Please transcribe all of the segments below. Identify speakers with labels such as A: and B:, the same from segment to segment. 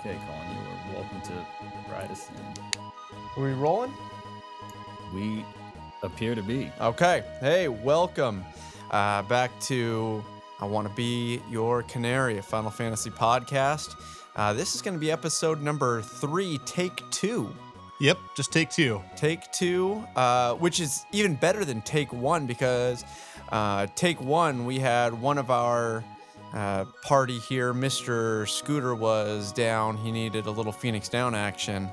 A: Okay, Colin, you are welcome to ride us in.
B: Are we rolling?
A: We appear to be.
B: Okay. Hey, welcome uh, back to I Want to Be Your Canary, a Final Fantasy podcast. Uh, this is going to be episode number three, take two.
C: Yep, just take two.
B: Take two, uh, which is even better than take one because uh, take one, we had one of our uh, party here, Mr. Scooter, was down. He needed a little Phoenix Down action,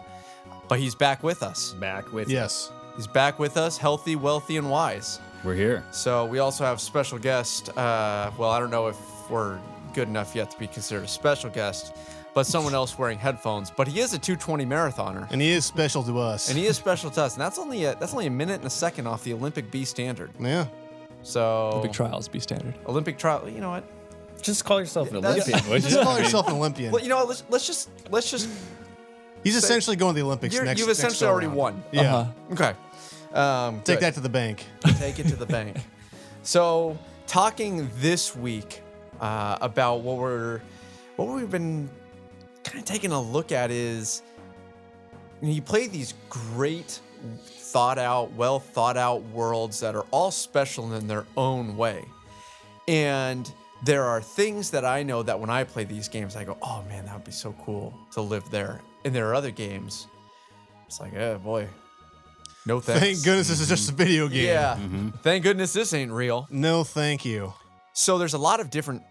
B: but he's back with us.
A: Back with
C: Yes.
B: He's back with us, healthy, wealthy, and wise.
A: We're here.
B: So we also have special guest. Uh, well, I don't know if we're good enough yet to be considered a special guest, but someone else wearing headphones. But he is a 220 marathoner,
C: And he is special to us.
B: and he is special to us. And that's only a, that's only a minute and a second off the Olympic B standard.
C: yeah.
B: So
D: Olympic trials be standard.
B: Olympic trial. You know what?
A: Just call yourself an
B: That's-
A: Olympian, would
C: Just
A: you?
C: call yourself an Olympian.
B: Well, you know what? Let's, let's just let's just
C: He's essentially going to the Olympics
B: you're,
C: next
B: you've
C: next
B: essentially already
C: go-round.
B: won.
C: Yeah.
D: Uh-huh.
B: Okay. Um,
C: Take
B: good.
C: that to the bank.
B: take it to the bank. So, talking this week uh, about what we're what we've been kind of taking a look at is you, know, you play these great, thought out, well thought out worlds that are all special in their own way, and there are things that I know that when I play these games, I go, "Oh man, that would be so cool to live there." And there are other games, it's like, "Oh boy, no thanks."
C: Thank goodness this is just a video game.
B: Yeah. Thank goodness this ain't real.
C: No, thank you.
B: So there's a lot of different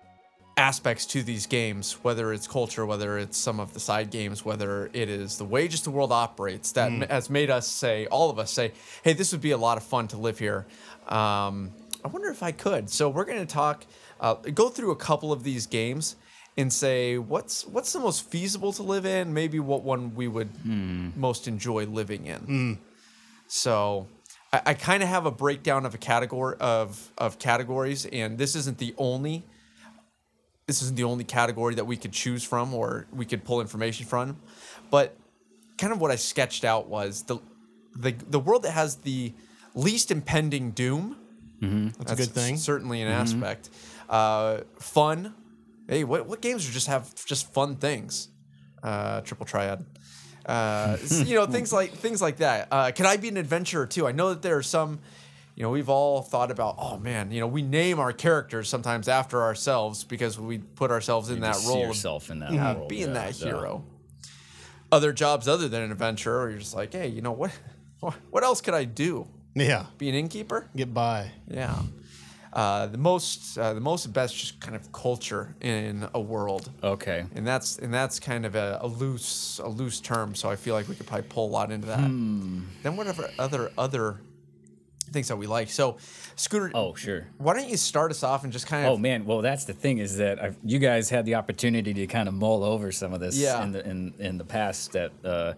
B: aspects to these games, whether it's culture, whether it's some of the side games, whether it is the way just the world operates that m has made us say, all of us say, hey, this would be a lot of fun to live here. Um, I wonder if I could. So we're going to talk, uh, go through a couple of these games and say what's what's the most feasible to live in maybe what one we would most enjoy living in so I, I kind of have a breakdown of a category of of categories, and this isn't the only this isn't the only category that we could choose from or we could pull information from, but kind of what I sketched out was the the the world that has the least impending doom.
C: Mm-hmm. That's, a good thing. Mm-hmm.
B: Certainly an aspect. Uh, fun. Hey, what what games just have just fun things? Uh, triple triad. Uh, s- you know things like things like that. Uh, can I be an adventurer too? I know that there are some. You know, we've all thought about, oh man, you know, we name our characters sometimes after ourselves because we put ourselves in that
A: Just see
B: role of
A: yourself in that
B: yeah,
A: world.
B: being
A: yeah,
B: that
A: so-
B: hero. Other jobs other than an adventurer, you're just like, hey, you know what? What else could I do?
C: Yeah.
B: Be an innkeeper?
C: Get by.
B: Yeah. Uh, the most, uh, the most and best, just kind of culture in a world,
A: Okay.
B: and that's and that's kind of a, a loose, a loose term. So I feel like we could probably pull a lot into that.
A: Hmm.
B: Then whatever other other things that we like. So, Scooter,
A: Oh, sure.
B: why don't you start us off and just kind
A: Oh
B: of?
A: man, well that's the thing is that I've, you guys had the opportunity to kind of mull over some of this
B: Yeah.
A: in the in, in the past that uh,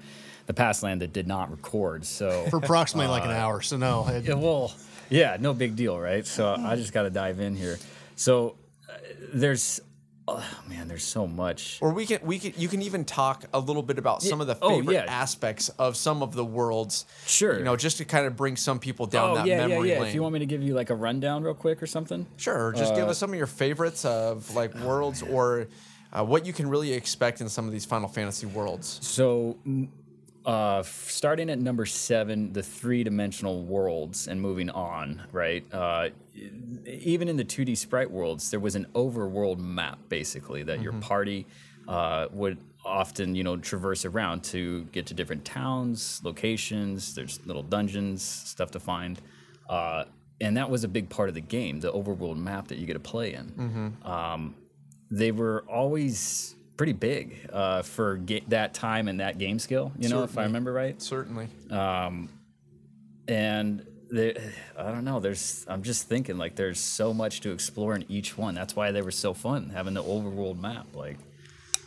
A: the past land that did not record. So
C: For approximately like an
B: Uh,
C: hour. So no. I-
A: Yeah, well, yeah, no big deal, right? So I just got to dive in here. So uh, there's, oh man, there's so much.
B: or we can we can you can even talk a little bit about some of the
A: oh,
B: favorite
A: yeah.
B: aspects of some of the worlds.
A: Sure.
B: You know, just to kind of bring some people down
A: Oh
B: that
A: yeah, yeah,
B: memory
A: yeah.
B: lane.
A: If you want Uh, me to give you like a rundown real quick or something.
B: Sure. Just give us some of your favorites of like
A: oh,
B: worlds or uh, what you can really expect in some of these Final Fantasy worlds.
A: So, m- uh, f- starting at number seven, the three-dimensional worlds, and moving on, right? Uh, e- even in the 2D sprite worlds, there was an overworld map basically that your party uh, would often, you know, traverse around to get to different towns, locations. There's little dungeons, stuff to find. Uh, and that was a big part of the game, the overworld map that you get to play in they were always pretty big uh, for ga- that time and that game skill, you know, if I remember right.
B: Certainly.
A: Uh, And they, I don't know, there's, I'm just thinking like there's so much to explore in each one. That's why they were so fun having the overworld map. Like,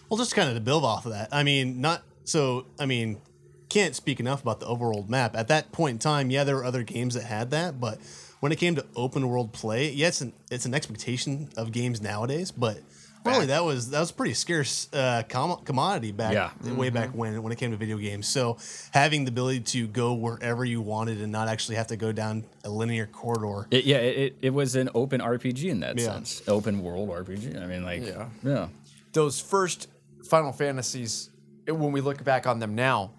C: Well, just kind of to build off of that. I mean, not so. I mean, can't speak enough about the overworld map. At that point in time, yeah, there were other games that had that, but when it came to open world play, yeah, it's an it's an expectation of games nowadays. But really, that was that was pretty scarce uh, com- commodity back
A: Yeah.
C: way back when when it came to video games. So having the ability to go wherever you wanted and not actually have to go down a linear corridor.
A: it, yeah, it, it was an open RPG in that
C: Yeah.
A: sense, open world RPG. I mean, like,
B: Yeah.
A: yeah.
B: Those first Final Fantasies eh, when we look back on them now,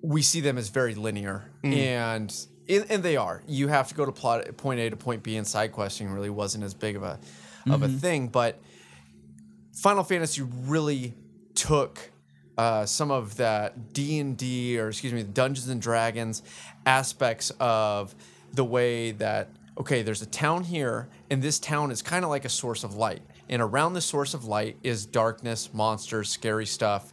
B: we see them as very linear,
A: Mm.
B: and, and and they are. You have to go to plot point A to point B, and side questing really wasn't as big of a of a
A: Mm-hmm.
B: thing. But Final Fantasy really took uh, some of that D and D, or excuse me, Dungeons and Dragons aspects of the way that okay, there's a town here, and this town is kind of like a source of light, and around the source of light is darkness, monsters, scary stuff.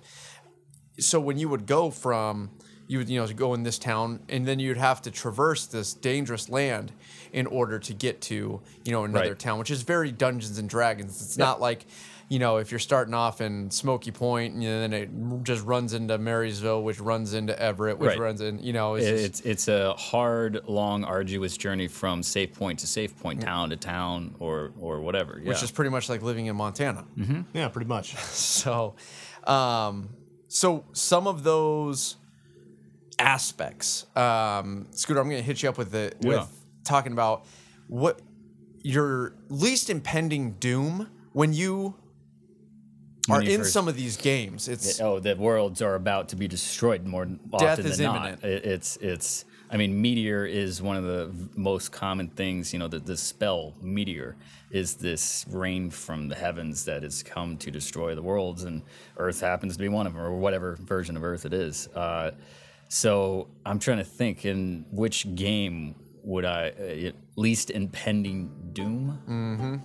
B: So when you would go from you would you know go in this town and then you'd have to traverse this dangerous land in order to get to you know another
A: Right.
B: town town, which is very Dungeons and Dragons. It's not like, you know, if you're starting off in Smoky Point and then it just runs into Marysville, which runs into Everett, which
A: Right.
B: runs in, you know, it's, just-
A: It's it's a hard, long, arduous journey from safe point to safe point, town to town, or or whatever. Yeah.
B: which is pretty much like living in Montana.
C: Yeah, pretty much.
B: So, um, so some of those aspects, um, Scooter, I'm going to hit you up with the
A: Yeah.
B: with talking about what your least impending doom when you. Are
A: When you
B: in
A: first-
B: some of these games. It's
A: oh, the worlds are about to be destroyed more often
B: is
A: than
B: imminent.
A: not. It- it's it's. I mean, meteor is one of the v- most common things. You know, the, the spell meteor is this rain from the heavens that has come to destroy the worlds, and Earth happens to be one of them, or whatever version of Earth it is. Uh, so I'm trying to think in which game would I uh, least impending doom?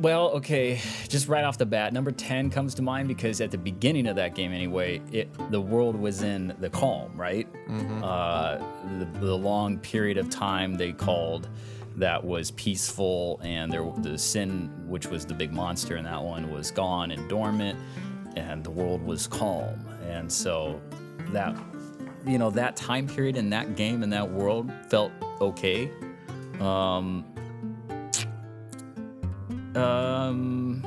A: Well, okay, just right off the bat, number 10 comes to mind because at the beginning of that game, anyway, it, the world was in the calm, right? Uh, the, the long period of time they called that was peaceful, and there, the sin, which was the big monster in that one, was gone and dormant, and the world was calm. And so that, you know, that time period in that game and that world felt okay. Um,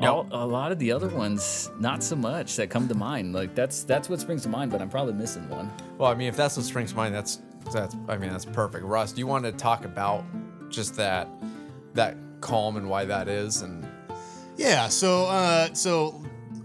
A: all- a lot of the other ones, not so much that come to mind. Like that's that's what springs to mind, but I'm probably missing one.
B: Well, I mean, if that's what springs to mind, that's that's. I mean, that's perfect. Russ, do you want to talk about just that that calm and why that is? And
C: Yeah, so uh, so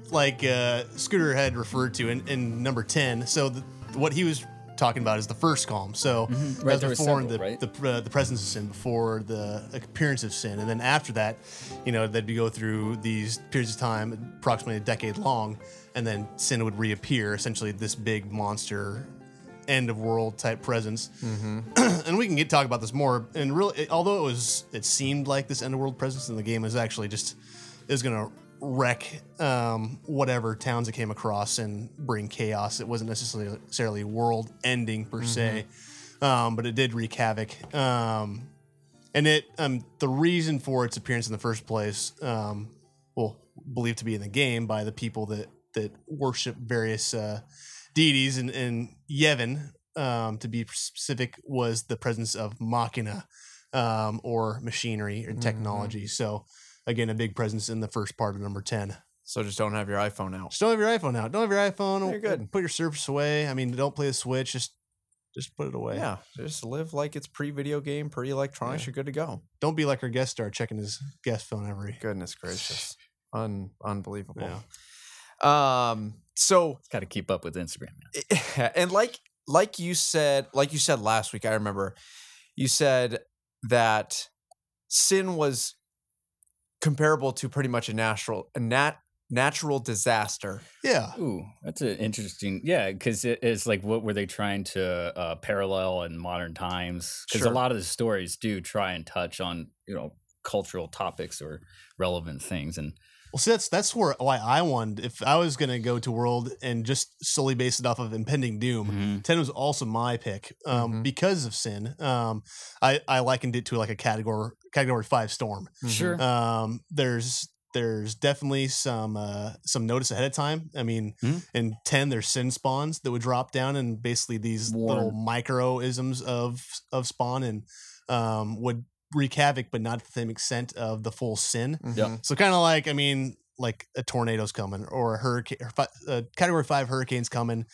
C: like uh, Scooter had referred to in, in number ten. So the, what he was talking about is the first calm. So that
A: Mm-hmm. Right,
C: was
A: there were
C: before
A: several,
C: the,
A: right?
C: the uh, the presence of sin, before the appearance of sin, and then after that, you know, that we go through these periods of time, approximately a decade long, and then sin would reappear, essentially this big monster, end of world type presence
A: Mm-hmm.
C: and we can get talk about this more. And really, it- although it was, it seemed like this underworld presence in the game is actually just is gonna wreck um, whatever towns it came across and bring chaos. It wasn't necessarily necessarily world ending per se, um, but it did wreak havoc. Um, and it um, the reason for its appearance in the first place, um, well, believed to be in the game by the people that that worship various uh, deities in, in Yevon, um, to be specific, was the presence of machina um, or machinery and technology. So, again, a big presence in the first part of number ten.
B: so just don't have your iPhone out.
C: Just don't have your iPhone out. Don't have your iPhone.
B: You're good.
C: Put your Surface away. I mean, don't play the Switch. Just just put it away.
B: Yeah, just live like it's pre-video game, pre-electronics. You're good to go.
C: Don't be like our guest star checking his guest phone every.
B: Goodness gracious, Un- unbelievable.
C: Yeah.
B: Um. So eh,
A: Got to keep up with Instagram. man.
B: and like like you said like you said last week i remember you said that sin was comparable to pretty much a natural a nat- natural disaster
C: Yeah.
A: Ooh, that's an interesting. Yeah, because it is like what were they trying to uh, parallel in modern times? Because
B: Sure.
A: a lot of the stories do try and touch on you know cultural topics or relevant things, and
C: Well, see, that's that's where why I wanted. If I was gonna go to World and just solely base it off of impending doom,
A: Mm-hmm.
C: ten was also my pick um,
B: Mhm.
C: because of sin. Um, I I likened it to like a category category five storm.
B: Mm-hmm.
A: sure,
C: Um, there's there's definitely some uh, some notice ahead of time. I mean,
A: Mhm.
C: in ten there's sin spawns that would drop down, and basically these little microisms of of spawn and um, would wreak havoc, but not to the extent of the full sin.
B: Mm-hmm.
A: Yeah.
C: So kind of like I mean, like a tornado's coming or a hurricane, or fi- a category five hurricane's coming.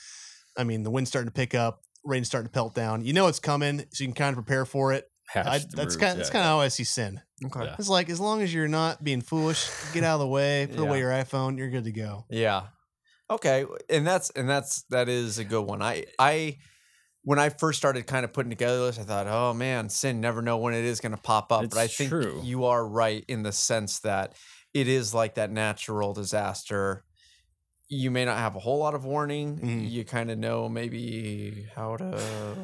C: I mean, the wind's starting to pick up, rain's starting to pelt down. You know it's coming, so you can kind of prepare for it. I,
A: hashed
C: that's
A: through.
C: kind. That's
A: Yeah,
C: kind of how I see sin.
B: Mm-hmm. Okay.
A: Yeah.
B: Yeah.
C: It's like as long as you're not being foolish, get out of the way, put away
B: Yeah.
C: your iPhone, you're good to go.
B: Okay, and that's and that's that is a good one. I I when I first started kind of putting together this, I thought, oh man, sin never know when it is going to pop up.
A: It's
B: but I think
A: true.
B: you are right in the sense that it is like that natural disaster. You may not have a whole lot of warning.
A: Mm-hmm.
C: Mhm.
B: You kind of know maybe how to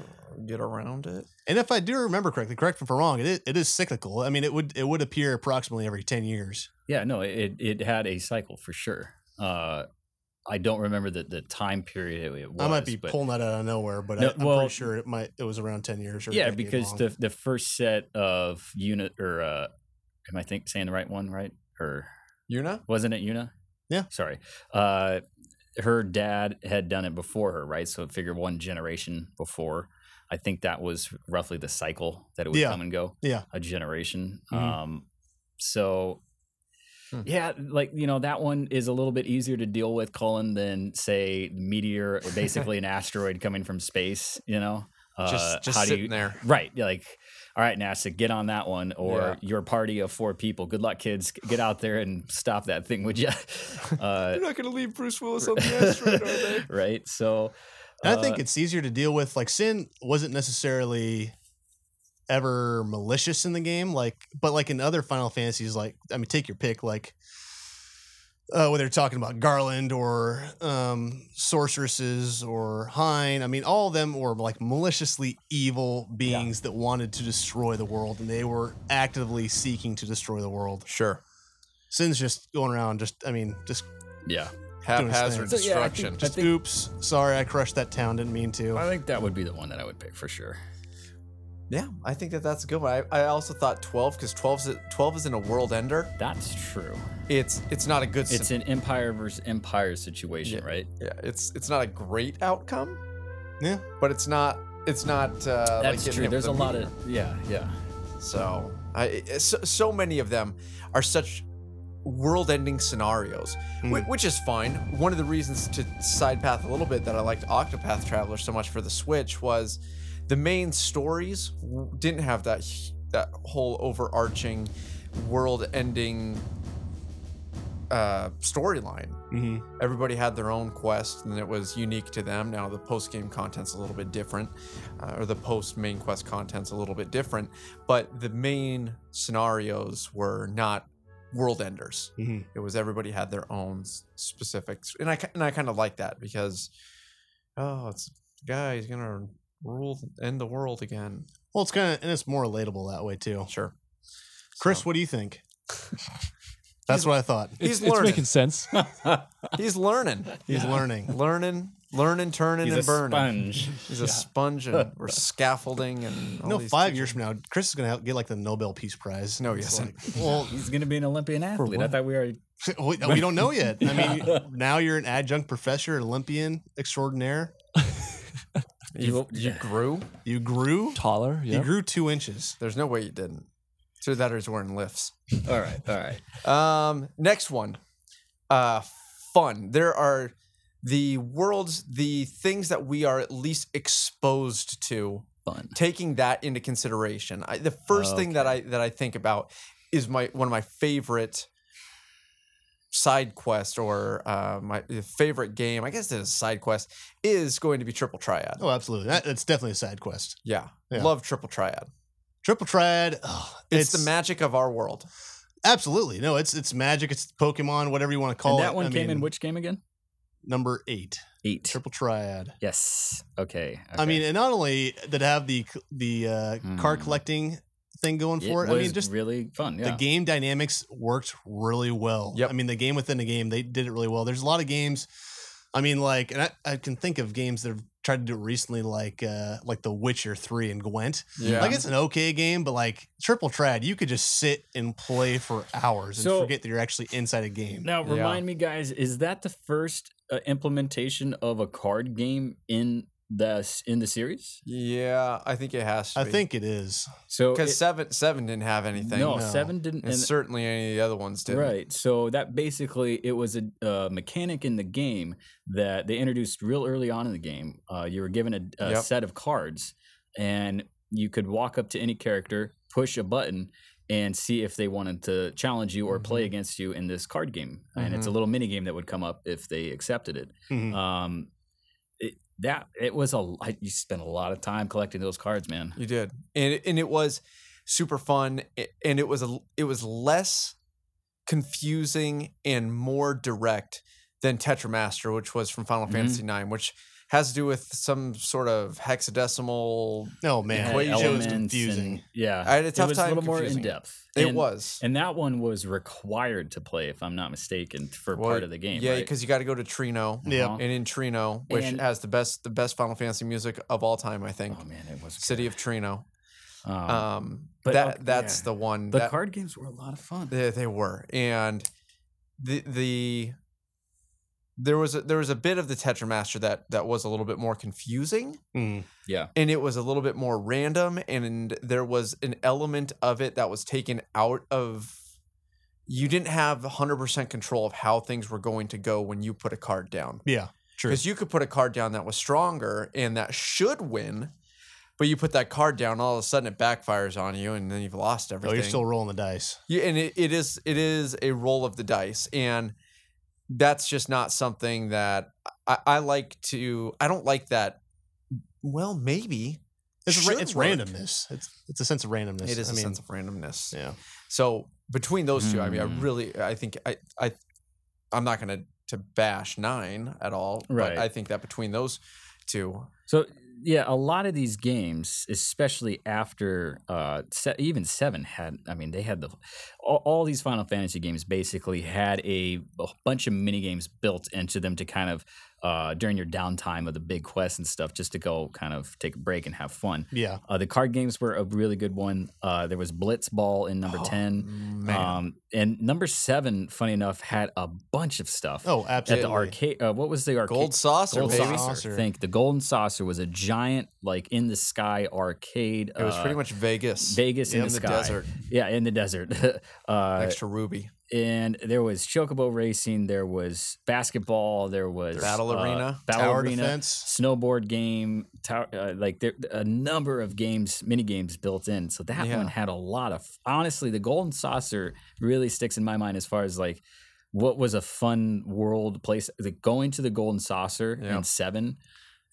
B: get around it.
C: And if I do remember correctly, correct me if I'm wrong, it is, it is cyclical. I mean, it would it would appear approximately every ten years.
A: Yeah, no, it it had a cycle for sure. Uh, I don't remember the, the time period it, it was.
C: I might be
A: but
C: pulling that out of nowhere, but
A: No,
C: I, I'm
A: well-
C: pretty sure it might it was around ten years. Or a
A: yeah,
C: decade
A: because
C: long.
A: the the first set of unit or uh, am I think saying the right one right or
B: Yuna?
A: wasn't it Una?
C: Yeah.
A: Sorry. Uh, her dad had done it before her, right? So figure one generation before. I think that was roughly the cycle that it would
C: Yeah.
A: come and go.
C: Yeah.
A: A generation.
C: Mhm.
A: Um, so,
B: Hmm.
A: yeah, like, you know, that one is a little bit easier to deal with, Colin, than, say, meteor or basically an asteroid coming from space, you know? Uh,
B: just just sitting there.
A: Right. You're like, all right, NASA, get on that one, or your party of four people. Good luck, kids. Get out there and stop that thing, would you? Uh,
B: You're not going to leave Bruce Willis on
A: right. So,
C: And
A: uh,
C: I think it's easier to deal with. Like sin wasn't necessarily ever malicious in the game, like but like in other Final Fantasies, like I mean, take your pick, like uh, whether you're talking about Garland or um, sorceresses or Hine. I mean, all of them were like maliciously evil beings that wanted to destroy the world, and they were actively seeking to destroy the world.
B: Sure.
C: Sin's just going around, just I mean, just
A: yeah,
B: Haphazard
C: So,
A: yeah, I think-
B: destruction.
A: I think-
C: oops, sorry, I crushed that town, didn't mean to.
A: I think that would be the one that I would pick for sure.
B: Yeah, I think that that's a good one. I, I also thought 12 because 12 is 12 isn't a world ender.
A: That's true.
B: It's it's not a good. sen-
A: It's an empire versus empire situation,
B: Yeah.
A: right?
B: yeah, it's it's not a great outcome,
C: yeah.
B: but it's not it's not. Uh, like
A: That's true.
B: getting hit with
A: There's a lot
B: meteor.
A: of yeah, yeah.
B: so I I- so, so many of them are such world-ending scenarios, whi- which is fine. One of the reasons to side path a little bit that I liked Octopath Traveler so much for the Switch was the main stories w- didn't have that h- that whole overarching world-ending uh, storyline.
C: Mm-hmm.
B: Everybody had their own quest, and it was unique to them. Now the post game content's a little bit different, uh, or the post main quest content's a little bit different. But the main scenarios were not world enders.
A: Mm-hmm.
C: Mhm.
B: It was everybody had their own s- specifics, and I ki- and I kind of like that because oh, it's guy he's gonna rule end the world again.
C: Well, it's kind of and it's more relatable that way too.
B: Sure,
C: Chris,
B: So-
C: what do you think? That's what I thought.
B: He's
D: It's, it's
B: learning.
D: making sense.
B: he's learning,
C: He's learning.
B: learning, learning, turning,
A: He's a
B: and burning.
A: sponge.
B: He's a sponge, and we're scaffolding, and
C: You
B: all
C: know,
B: these
C: five
B: teachers.
C: years from now, Chris is gonna get like the Nobel Peace Prize.
B: No, he
C: It's
B: isn't.
C: like, well,
A: He's gonna be an Olympian athlete. I
D: what?
A: thought we already.
C: we we don't know yet. I mean, now you're an adjunct professor, Olympian extraordinaire.
B: You, you grew?
C: You grew.
D: Taller.
C: You
D: Yeah.
C: grew two inches.
B: There's no way you didn't. So that is wearing lifts.
A: All right, all right.
B: Um, next one. Uh, fun. There are the worlds, the things that we are at least exposed to.
A: Fun.
B: Taking that into consideration, I, the first thing that I that I think about is my one of my favorite side quest or uh, my favorite game. I guess it is a side quest is going to be Triple Triad.
C: Oh, absolutely. That, that's definitely a side quest.
B: Yeah.
C: Yeah.
B: Love Triple Triad.
C: Triple triad. ugh,
B: It's, the magic of our world.
C: Absolutely. No, it's it's magic. It's Pokemon. Whatever you want to call
A: And
C: it.
A: that one
C: I
A: came in
C: mean,
A: which game again?
C: number eight.
A: Eight.
C: Triple triad.
A: Yes. Okay.
C: I
A: okay.
C: mean, and not only did it have the the uh, car
A: Hmm.
C: collecting thing going
A: it
C: for it.
A: was
C: I mean, just
A: really fun. Yeah.
C: the game dynamics worked really well.
B: Yep.
C: I mean, the game within the game, they did it really well. There's a lot of games. I mean, like, and I, I can think of games that have tried to do it recently, like uh, like The Witcher Three and Gwent.
B: Yeah.
C: Like, it's an okay game, but like Triple Trad, you could just sit and play for hours and
A: So-
C: forget that you're actually inside a game.
A: Now,
B: Yeah.
A: remind me, guys, is that the first uh, implementation of a card game in the s- in the series?
B: yeah, I think it has to
C: I
B: be.
C: think it is.
A: So
B: because
A: it-
B: seven seven didn't have anything.
A: no,
C: No.
A: seven didn't.
B: and
A: and-
B: certainly any of the other ones didn't.
A: right. So that basically it was a uh, mechanic in the game that they introduced real early on in the game. Uh, you were given a, a
B: Yep.
A: set of cards, and you could walk up to any character, push a button, and see if they wanted to challenge you or play against you in this card game. And it's a little mini game that would come up if they accepted it.
C: Mhm.
A: Um, it that it was a I- you spent a lot of time collecting those cards, man.
B: You did, and it- and it was super fun, a- and it was a l- it was less confusing and more direct than Tetramaster, which was from Final
A: Mhm.
B: Fantasy IX, which has to do with some sort of hexadecimal.
C: Oh man,
B: Equation.
C: it was
A: Elements and-
C: confusing.
A: yeah,
B: I had a tough
A: it was
B: time
A: a little more in
B: confusing it.
A: depth.
B: it
A: And-
B: was.
A: and that one was required to play, if I'm not mistaken, for
B: Well,
A: part of the game.
B: yeah,
A: right?
B: because you got to go to Trino,
C: Yeah.
A: Uh-huh.
B: and in Trino, which
A: And-
B: has the best the best Final Fantasy music of all time, I think.
A: Oh man, it was
B: City of Trino.
A: Um,
B: Um,
A: but,
B: that
A: okay,
B: that's
A: yeah.
B: the one.
A: the
B: that,
A: card games were a lot of fun.
B: They, they were, and the the there was a, there was a bit of the Tetramaster that that was a little bit more confusing,
C: Mm.
A: yeah,
B: and it was a little bit more random, and there was an element of it that was taken out of. You didn't have 100% control of how things were going to go when you put a card down.
C: Yeah, Oh, true.
B: Because you could put a card down that was stronger and that should win, but you put that card down, all of a sudden it backfires on you, and then you've lost
C: Oh,
B: everything.
C: you're still rolling the dice.
B: Yeah, and it, it is it is a roll of the dice, and that's just not something that I, I like to. I don't like that. Well, maybe
C: It's ra-
B: should
C: it's
B: work.
C: randomness. It's it's a sense of randomness.
B: It is
C: I
B: a
C: mean,
B: sense of randomness.
C: yeah. Hmm.
B: So between those two, I mean, I
A: Mm.
B: really, I think I, I, I'm not gonna to bash nine at all.
A: Right.
B: But I think that between those two,
A: So yeah, a lot of these games, especially after uh, se- even seven had, I mean, they had the all, all these Final Fantasy games basically had a, a bunch of mini games built into them to kind of uh, during your downtime of the big quests and stuff, just to go kind of take a break and have fun.
C: Yeah.
A: Uh, the card games were a really good one. Uh, there was Blitzball in number
B: Oh,
A: ten,
B: man,
A: um, and number seven, funny enough, had a bunch of stuff
C: Oh,
A: at
C: absolutely.
A: the arcade. Uh, what was the arcade?
B: gold saucer,
A: Gold
B: baby.
C: Saucer.
A: Saucer. Think the Golden Saucer was a giant, like in the sky arcade.
B: It was
A: uh,
B: pretty much Vegas,
A: Vegas in
B: in
A: the,
B: the
A: sky.
B: desert,
A: Yeah, in the desert. uh,
B: extra ruby,
A: and there was chocobo racing. There was basketball. There was
B: Battle
A: uh,
B: arena.
A: Battle
C: Tower
A: arena.
C: defense.
A: Snowboard game, tower, uh, like there a number of games, mini games built in. So that
B: Yeah.
A: one had a lot of. Honestly, the Golden Saucer really sticks in my mind as far as like what was a fun world place. Like going to the Golden Saucer
B: Yeah.
A: in seven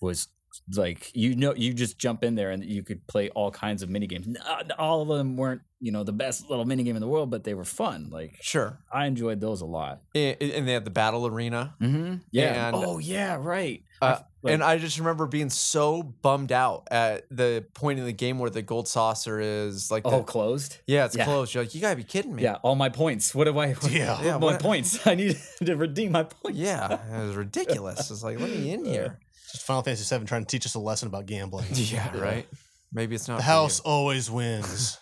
A: was like you know you just jump in there and you could play all kinds of mini games. Not- All of them weren't you know the best little mini game in the world, but they were fun. Like
B: sure.
A: I enjoyed those a lot.
B: And, and they had the battle arena.
A: Mm-hmm. Yeah.
B: And-
A: oh yeah. Right.
B: Uh,
A: Like-
B: and I just remember being so bummed out at the point in the game where the gold saucer is like, the-
A: Oh, closed.
B: yeah, it's
A: yeah.
B: closed. You're like, you gotta be kidding me.
A: Yeah, all my points. What do I? What,
C: Yeah.
B: Yeah,
A: my
B: what-
A: points. I need to redeem my points.
B: yeah, it was ridiculous. It's like, let me
A: Uh,
B: in here.
C: Just Final Fantasy VII trying to teach us a lesson about gambling.
B: Yeah, right. Maybe it's not
C: The
B: for you.
C: house always wins.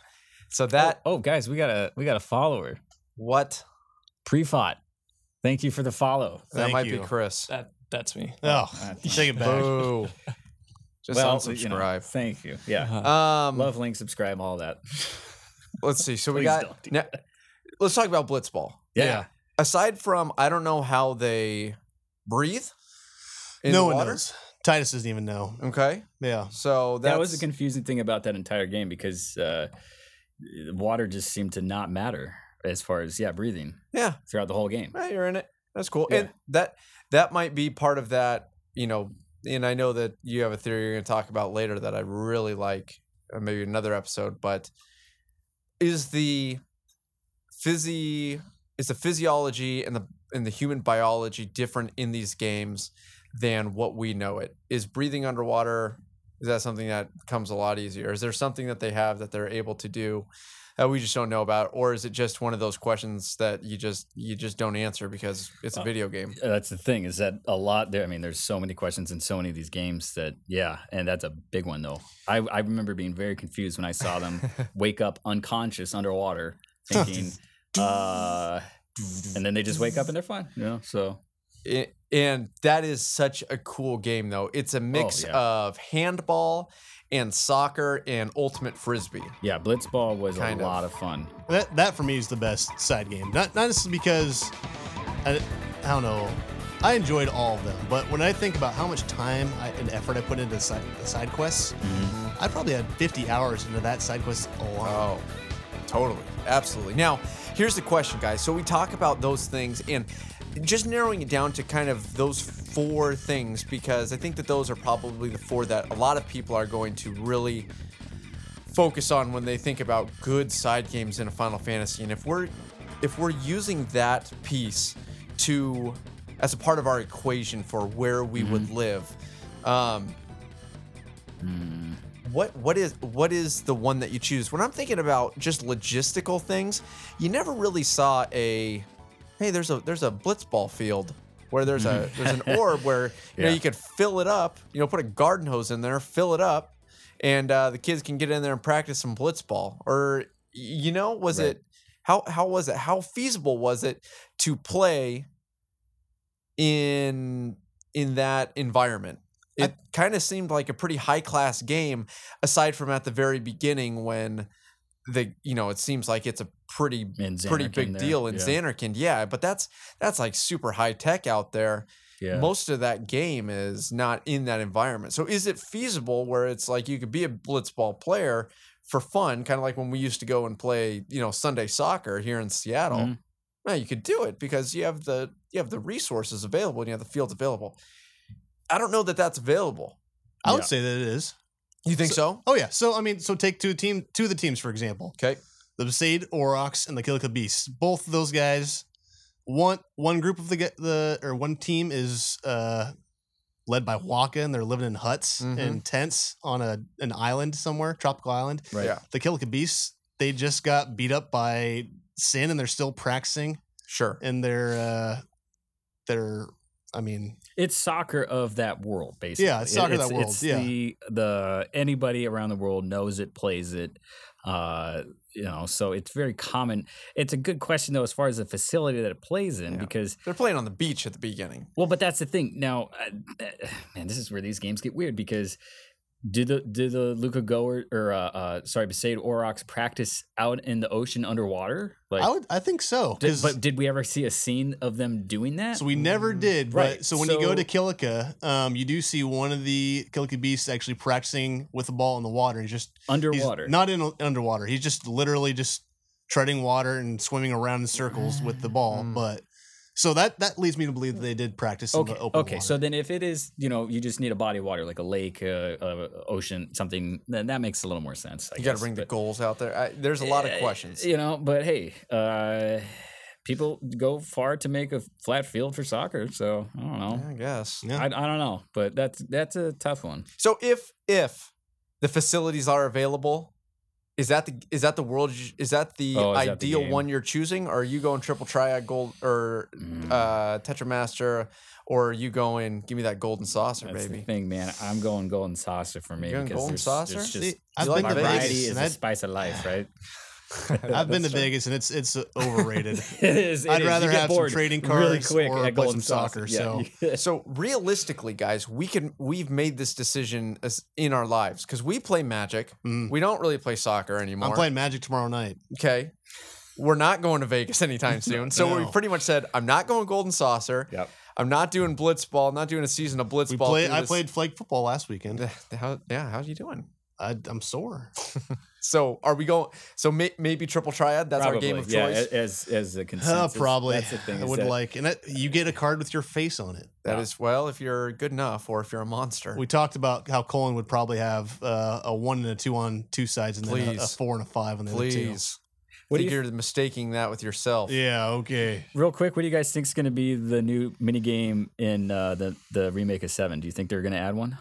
B: So that
A: Oh, guys, we got a we got a follower.
B: what
A: Prefot. Thank you for the follow.
B: that
C: Thank
B: might
C: you.
B: be Chris.
D: That that's me.
C: oh, take it back.
B: Boo. Just
A: you know,
B: unsubscribe.
A: thank you. Yeah.
D: Uh,
B: um,
A: Love, link, subscribe, all that.
B: let's see. So we
A: Please
B: got.
A: don't do
B: now- let's talk about blitzball.
A: Yeah.
B: Aside from, I don't know how they breathe. In
C: no
B: the
C: one
B: water.
C: knows. Titus doesn't even know.
B: Okay,
C: Yeah.
B: so
A: That was
B: that's-
A: the confusing thing about that entire game because uh, water just seemed to not matter as far as yeah breathing
B: yeah.
A: throughout the whole game.
B: Yeah, you're in it. That's cool.
A: Yeah.
B: And that that might be part of that, you know, and I know that you have a theory you're going to talk about later that I really like, or maybe another episode, but is the physi is the physiology and the and the human biology different in these games than what we know it? Is breathing underwater is that something that comes a lot easier? Is there something that they have that they're able to do that we just don't know about, or is it just one of those questions that you just you just don't answer because it's a
A: Uh,
B: video game?
A: Uh, That's the thing is that a lot there. I mean, there's so many questions in so many of these games that yeah, and that's a big one though. I I remember being very confused when I saw them wake up unconscious underwater, thinking, uh, and then they just wake up and they're fine. You know, so
B: I- and that is such a cool game, though. It's a mix
A: Oh, yeah.
B: of handball and soccer and ultimate frisbee.
A: yeah, Blitzball was
B: Kind
A: a
B: of.
A: lot of fun.
C: That that for me is the best side game. Not not just because I, I don't know. I enjoyed all of them, but when I think about how much time I, and effort I put into side, the side quests,
A: Mm-hmm.
C: I probably had 50 hours into that side quest alone.
B: Oh, totally. Absolutely. Now, here's the question, guys. So we talk about those things and just narrowing it down to kind of those four things because I think that those are probably the four that a lot of people are going to really focus on when they think about good side games in a Final Fantasy. And if we're if we're using that piece to as a part of our equation for where we would live, um,
A: Mm,
B: what what is what is the one that you choose? When I'm thinking about just logistical things, you never really saw a hey, there's a there's a blitzball field where there's a there's an orb where you know
A: Mm-hmm. Yeah.
B: you could fill it up, you know, put a garden hose in there, fill it up, and uh, the kids can get in there and practice some blitzball. Or y- you know, was
A: Right.
B: it how how was it? How feasible was it to play in in that environment? It kind of seemed like a pretty high class game, aside from at the very beginning when the you know it seems like it's a pretty
A: And
B: pretty
A: Xanarkin
B: big
A: there,
B: deal in
A: yeah.
B: Xanarkand. Yeah, but that's that's like super high tech out there.
A: Yeah.
B: Most of that game is not in that environment. So is it feasible where it's like you could be a blitzball player for fun, kind of like when we used to go and play, you know, Sunday soccer here in Seattle?
A: Mhm.
B: No, you could do it because you have the you have the resources available and you have the fields available. I don't know that that's available.
C: I would
A: yeah.
C: say that it is.
B: You think so?
C: Oh yeah. So I mean, so take two team two of the teams for example.
B: Okay.
C: the Besaid Aurochs and the Kilika Beasts. Both of those guys, one one group of the ge- the or one team is uh, led by Waka, and they're living in huts
A: Mm-hmm.
B: Mhm.
C: and tents on a an island somewhere, tropical island.
A: Right.
B: Yeah.
C: The Kilika Beasts, they just got beat up by Sin, and they're still practicing
B: Sure.
C: in their uh, their. I mean,
A: It's soccer of that world, basically.
C: Yeah, it's soccer of that world,
A: It's
C: yeah.
A: the the anybody around the world knows it, plays it. Uh, you know, so it's very common. It's a good question though, as far as the facility that it plays in,
B: Yeah.
A: because
B: They're playing on the beach at the beginning.
A: well, but that's the thing. Now, uh, uh, man, this is where these games get weird because do the do the Luca Goer or uh, uh, sorry, Besaid Aurochs practice out in the ocean underwater? Like,
C: I would I think so
A: did-
C: because.
A: but did we ever see a scene of them doing that?
C: So we never did, but
A: Right,
C: so when you go
A: so-
C: to Kilika, um, you do see one of the Kilika beasts actually practicing with the ball in the water. He's just he's
A: underwater.
C: not in underwater. He's just literally just treading water and swimming around in circles with the ball.
B: Mm.
C: But so that that leads me to believe that they did practice in
A: okay
C: the open
A: okay
C: water.
A: so then if it is you know you just need a body of water like a lake uh, uh ocean something then that makes a little more sense I
B: You got to
A: guess,
B: bring the
A: but- eh,
B: goals out there. I, there's a lot of questions.
A: you know but hey uh people go far to make a flat field for soccer so i don't know
B: I guess.
C: Yeah.
A: I, I don't know but that's that's a tough one
B: So if if the facilities are available, is that the is that the world you- is that the
A: Oh, is that the
B: ideal
A: game?
B: one you're choosing? Or are you going triple triad gold or
A: Mm.
B: uh tetramaster or are you going give me that golden saucer,
A: that's
B: baby?
A: the thing man i'm going golden saucer for me
B: You're going
A: because
B: golden
A: there's,
B: saucer?
A: there's
C: See,
A: just
C: I've
B: like
C: been to
A: variety
C: Vegas,
A: is
C: and
A: the
C: I'd,
A: spice of life right
C: I've been to Vegas, and it's it's overrated.
A: it is it is.
C: I'd
A: You
C: rather
A: get
C: have some
A: bored
C: trading
A: really
C: cards
A: quick
C: or
A: at
C: play
A: golden
C: some soccer,
A: saucer Yeah,
C: so-
A: you-
B: So realistically, guys, we can we've made this decision as, in our lives because we play Magic.
C: Mm.
B: We don't really play soccer anymore.
C: I'm playing Magic tomorrow night.
B: Okay. We're not going to Vegas anytime soon. So we
C: No.
B: pretty much said, I'm not going Golden Saucer.
A: Yep.
B: I'm not doing Blitzball. I'm not doing a season of Blitzball.
C: We play.
B: through
C: I
B: this-
C: played flag football last weekend.
B: How, yeah, how's you doing?
C: I, I'm sore.
B: So are we going? So may, maybe Triple Triad. That's our game of
A: Probably,
B: choice.
A: Yeah, a- as as a
C: Uh,
A: consensus.
C: probably.
A: That's the thing.
C: I
A: is
C: would
A: that-
C: like, and I, you get a card with your face on it.
B: that
A: yeah.
B: is well, if you're good enough, or if you're a monster.
C: We talked about how Colin would probably have uh, a one and a two on two sides, and then a- a,
B: Please.
C: four and a five on the other
B: Please.
A: What
B: What
A: do
B: think
A: you-
B: you, are mistaking that with yourself.
C: two. Yeah. Okay.
A: real quick. What do you guys think is going to be the new mini game in uh, the the remake of Seven? Do you think they're going to add one?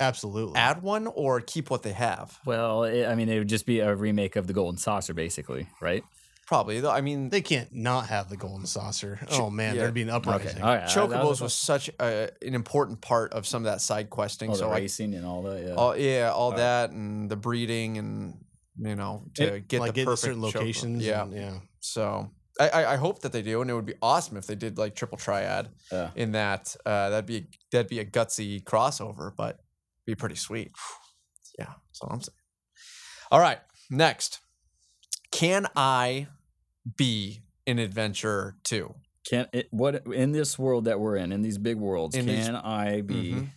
C: Absolutely.
B: Add one or keep what they have.
A: Well, it, I mean, it would just be a remake of the Golden Saucer, basically, right?
B: Probably. though. I mean,
C: They can't not have the golden saucer. Oh man,
B: yeah.
C: there'd be an uprising.
A: Okay, all right. that
B: Chocobos was,
A: a-
B: such a, an important part of some of that side questing.
A: all Oh, the
B: so I
A: racing and all that. Yeah.
B: all yeah, all that and the breeding and you know to get the
C: like get to
B: perfect
C: certain
B: choco-
C: locations.
B: Yeah,
C: and- yeah.
B: so I, I I hope that they do, and it would be awesome if they did like triple triad
A: Yeah.
B: in that. Uh, that'd be that'd be a gutsy crossover, but be pretty sweet. Yeah, that's all I'm saying. All right, next, can I be an adventurer too?
A: Can it, what in this world that we're in, in these big worlds,
B: In
A: can
B: these-
A: I be
B: Mhm.
A: an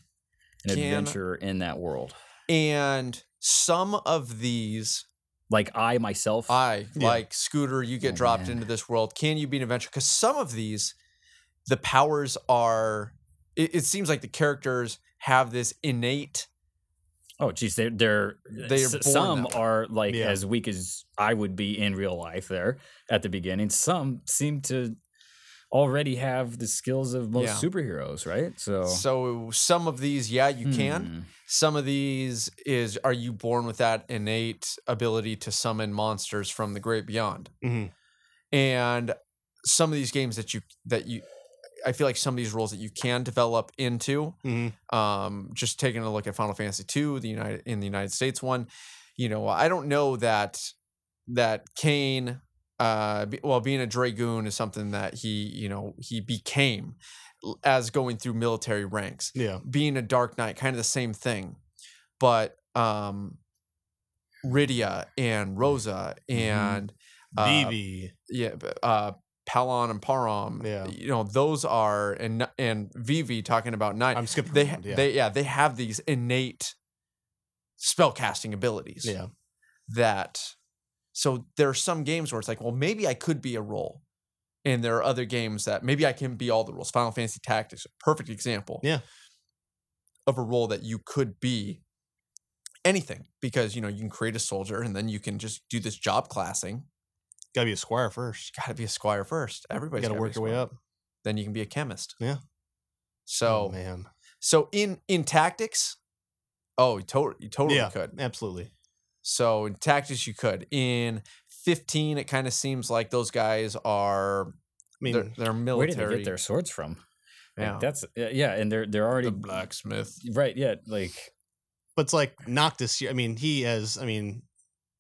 B: Can-
A: adventurer in that world?
B: And some of these,
A: Like I myself,
B: I
C: Yeah.
B: like Scooter, you get
A: Oh,
B: dropped
A: man.
B: into this world. Can you be an adventurer? Because some of these, the powers are. It, it seems like the characters have this innate.
A: oh geez, they're they're, uh,
B: They are
A: s-
B: born
A: some
B: that way.
A: are like
C: Yeah.
A: as weak as I would be in real life there at the beginning. Some seem to already have the skills of most
B: Yeah.
A: superheroes, right? So,
B: So some of these, yeah, you can.
A: Oh. Hmm.
B: some of these is are you born with that innate ability to summon monsters from the great beyond
C: Mhm.
B: and some of these games that you that you i feel like some of these roles that you can develop into
C: Mhm.
B: um just taking a look at final fantasy 2 the united in the united states one you know i don't know that that kane uh be, well being a dragoon is something that he you know he became l- as going through military ranks
C: Yeah.
B: being a Dark Knight, kind of the same thing, but um, Rydia and Rosa and uh,
C: BB.
B: yeah, b- uh, Palon and Param,
C: Yeah.
B: you know, those are and N- and Vivi talking about night.
C: I'm skipping.
B: they ha-
C: around, yeah.
B: they yeah they have these innate spell casting abilities
C: yeah.
B: that so there are some games where it's like well maybe i could be a role and there are other games that maybe i can be all the roles final fantasy tactics a perfect example
C: Yeah.
B: of a role that you could be anything because you know you can create a soldier and then you can just do this job classing
C: Gotta be a squire first.
B: gotta be a squire first everybody's
C: gotta
B: gotta be
C: work
B: a
C: your way
B: squire.
C: up.
B: then you can be a chemist
C: Yeah. Oh,
B: so
C: man.
B: so in in tactics oh you, to- you totally
C: yeah.
B: could
C: Absolutely.
B: So in tactics, you could. In 15, it kind of seems like those guys are
C: I mean,
B: they're, they're
A: where
B: military.
A: did they get their swords from? Like,
B: Yeah.
A: that's uh, yeah, and they're they're already
B: the blacksmith.
A: right. Yeah, like
C: but it's like Noctis. I mean, he has. I mean,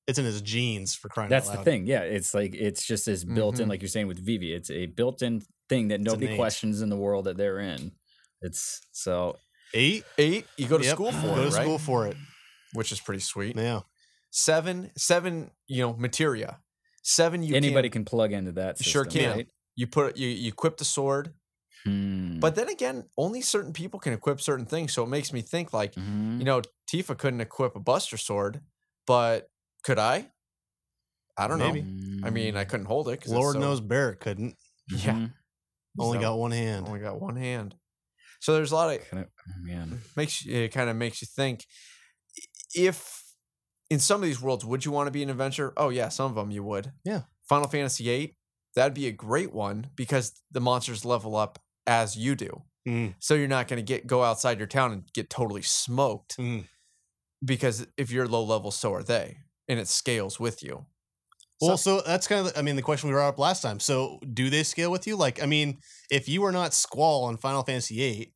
C: it's in his genes for crying
A: That's
C: out
A: the
C: loud.
A: thing. Yeah, it's like it's just this built in,
B: Mhm.
A: like you're saying with Vivi. It's a built in thing that nobody
C: innate.
A: questions in the world that they're in. It's so
C: Eight.
B: Eight, you go to
C: Yep,
B: school for
C: Go to
B: it, right?
C: school for it.
B: Which is pretty sweet.
C: Yeah.
B: Seven, seven, you know, materia. Seven, you
A: anybody
B: can,
A: can plug into that.
B: You sure
A: system,
B: can.
A: right?
B: you put you, you equip the sword,
A: Hmm.
C: Mm.
B: but then again, only certain people can equip certain things. So it makes me think like,
A: Mhm.
C: Mm-hmm.
B: you know, Tifa couldn't equip a Buster sword, but could I? I don't
C: Maybe.
B: know.
A: Mm-hmm.
B: I mean, I couldn't hold it. 'cause it's
C: Lord
B: so-
C: knows Barrett couldn't.
B: yeah.
A: Mhm.
C: Only
B: so-
C: got one hand.
B: only got one hand. So there's a lot of
A: Kinda- oh, man.
B: makes you- it kind of makes you think i- if in some of these worlds would you want to be an adventurer? Oh yeah, some of them you would.
C: Yeah.
B: Final Fantasy 8, that'd be a great one because the monsters level up as you do.
C: Mm.
B: So you're not going to get go outside your town and get totally smoked
C: Mm.
B: because if you're low level so are they and it scales with you.
C: Well, so that's kind of, the- I mean, the question we brought up last time. So, do they scale with you? Like, I mean, if you were not Squall on Final Fantasy VIII,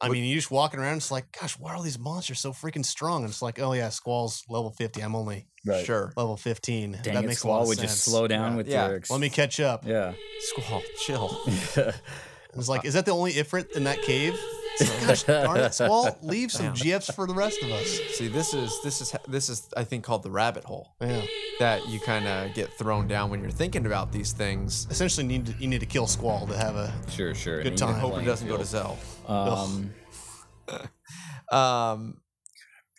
C: I
B: Would-
C: mean, you're just walking around, it's like, gosh, why are these monsters so freaking strong? And it's like, oh, yeah, Squall's level 50. I'm only
A: Right.
B: Sure.
C: level 15.
A: Dang
C: that
A: it,
C: makes a lot
A: Squall
C: of
A: would
C: sense.
A: just slow down
B: Yeah.
A: with
B: Yeah.
A: your. Ex-
C: Let me catch up.
A: yeah.
B: Squall, chill.
C: It's like, is that the only Ifrit in that cave? It's like, gosh, darn it, Squall, leave some
B: Damn.
C: GFs for the rest of us.
B: See, this is this is this is I think called the rabbit hole.
C: Yeah.
B: that you kind of get thrown down when you're thinking about these things.
C: Essentially, need to, you need to kill Squall to have a.
A: sure. Sure. an
C: Good
A: even
C: time.
B: Hope it
A: playing
B: doesn't go to
A: field.
B: Zell.
A: Um,
B: Um,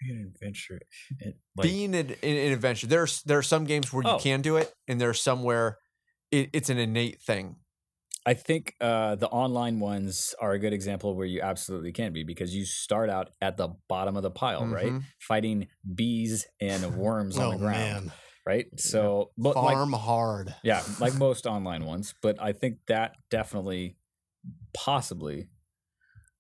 A: be an adventure. It, like,
B: being an, an, an adventure, there's there are some games where you
A: Oh.
B: can do it, and there are some where it, it's an innate thing.
A: I think uh, the online ones are a good example where you absolutely can be because you start out at the bottom of the pile, right?
B: Mhm.
A: Fighting bees and worms on
C: Oh,
A: the ground,
C: man.
A: right? So, but like,
C: Farm hard.
A: yeah, like most online ones, but I think that definitely, possibly,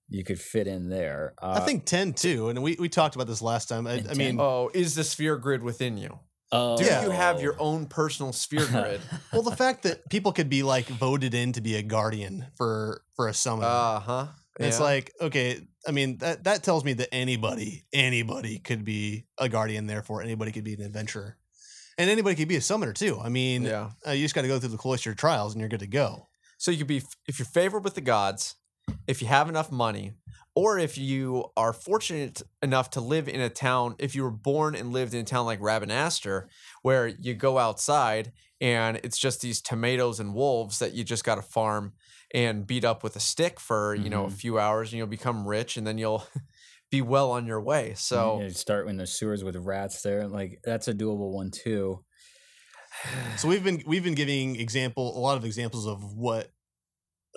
A: you could fit in there. Uh,
C: I think 10 too. And we, we talked about this last time. I,
A: And
C: I mean,
A: 10.
B: Oh, is the sphere grid within you?
A: Oh,
B: Do you have your own personal sphere grid?
C: well, the fact that people could be like voted in to be a guardian for for a summoner.
B: uh huh.
C: And It's like, okay, I mean, that, that tells me that anybody, anybody could be a guardian, therefore, anybody could be an adventurer. And anybody could be a summoner too. I mean,
B: yeah.
C: uh, you just got to go through the cloister trials and you're good to go.
B: So you could be f- if you're favored with the gods, if you have enough money, or if you are fortunate enough to live in a town. If you were born and lived in a town like Rabanaster, where you go outside and it's just these tomatoes and wolves that you just got to farm, and beat up with a stick for you
C: Mm-hmm.
B: know a few hours, and you'll become rich, and then you'll be well on your way. So
A: You start in the sewers with rats there. Like that's a doable one too.
C: So we've been we've been giving example a lot of examples of what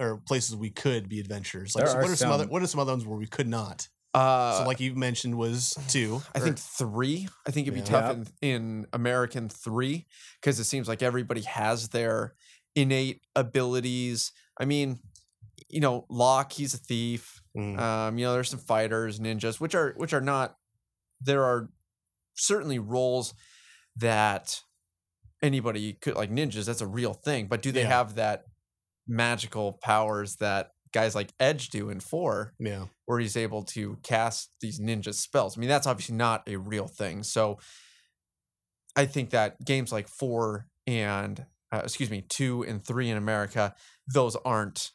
C: or places we could be adventurers. Like
A: There
C: so
A: are
C: what are some other
A: some.
C: what are some other ones where we could not?
B: uh,
C: so like you mentioned was two.
B: I
C: or-
B: think three. I think it'd be
C: Yeah.
B: tough
A: Yeah.
B: in, in American three because it seems like everybody has their innate abilities. I mean, you know, Locke, he's a thief.
C: Mm.
A: uh,
B: Um, you know, there's some fighters, ninjas, which are which are not. There are certainly roles that anybody could like ninjas. That's a real thing, but do they
C: Yeah.
B: have that magical powers that guys like Edge do in four?
C: yeah.
B: where he's able to cast these ninja spells. I mean, that's obviously not a real thing. So I think that games like four and, uh, excuse me, two and three in America, those aren't,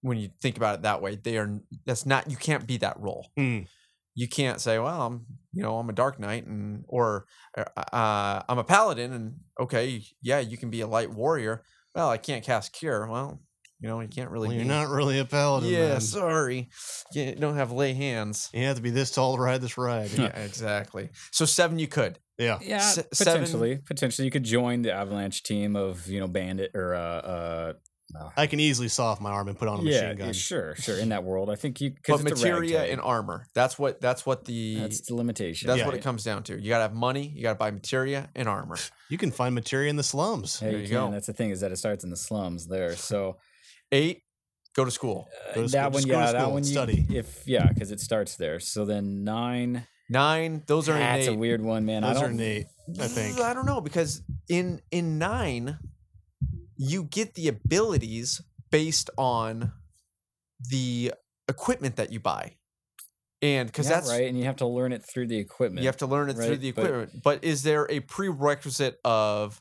B: when you think about it that way, they are, that's not, you can't be that role.
C: Mm.
B: You can't say, well, I'm, you know, I'm a dark knight and, or uh, uh, I'm a paladin and, okay, yeah, you can be a light warrior. Well, I can't cast cure. Well, you know, you can't really.
C: Well, you're
B: be-
C: not really a paladin.
B: yeah,
C: man.
B: sorry. You don't have lay hands.
C: You have to be this tall to ride this ride.
B: Yeah, exactly. So seven you could.
C: yeah.
A: Yeah,
B: Se- seven-
A: potentially, potentially you could join the Avalanche team of you know Bandit or uh, uh
C: I can easily saw off my arm and put on a
A: yeah,
C: machine gun.
A: sure, sure. In that world, I think you because
B: But materia and armor. That's what that's what the
A: that's
B: that's,
A: the limitation.
C: yeah.
B: what it comes down to. You gotta have money, you gotta buy materia and armor.
C: You can find materia in the slums.
A: Hey,
B: There
A: you
B: you
A: can.
B: go.
A: That's the thing is that it starts in the slums there. So
B: Eight, go to school.
A: uh,
C: Go to school-
A: that one,
C: just go to
A: yeah, that
C: school,
A: one. You,
C: study.
A: If yeah, because it starts there. So then nine.
B: Nine, those are
A: That's a
B: innate.
A: weird one, man. I
C: Those
A: don't.
C: are neat. I think.
B: I don't know, because in in nine, you get the abilities based on the equipment that you buy. And because
A: yeah,
B: that's
A: right, and you have to learn it through the equipment.
B: You have to learn it through
A: right?
B: the
A: But-
B: equipment. But, is there a prerequisite of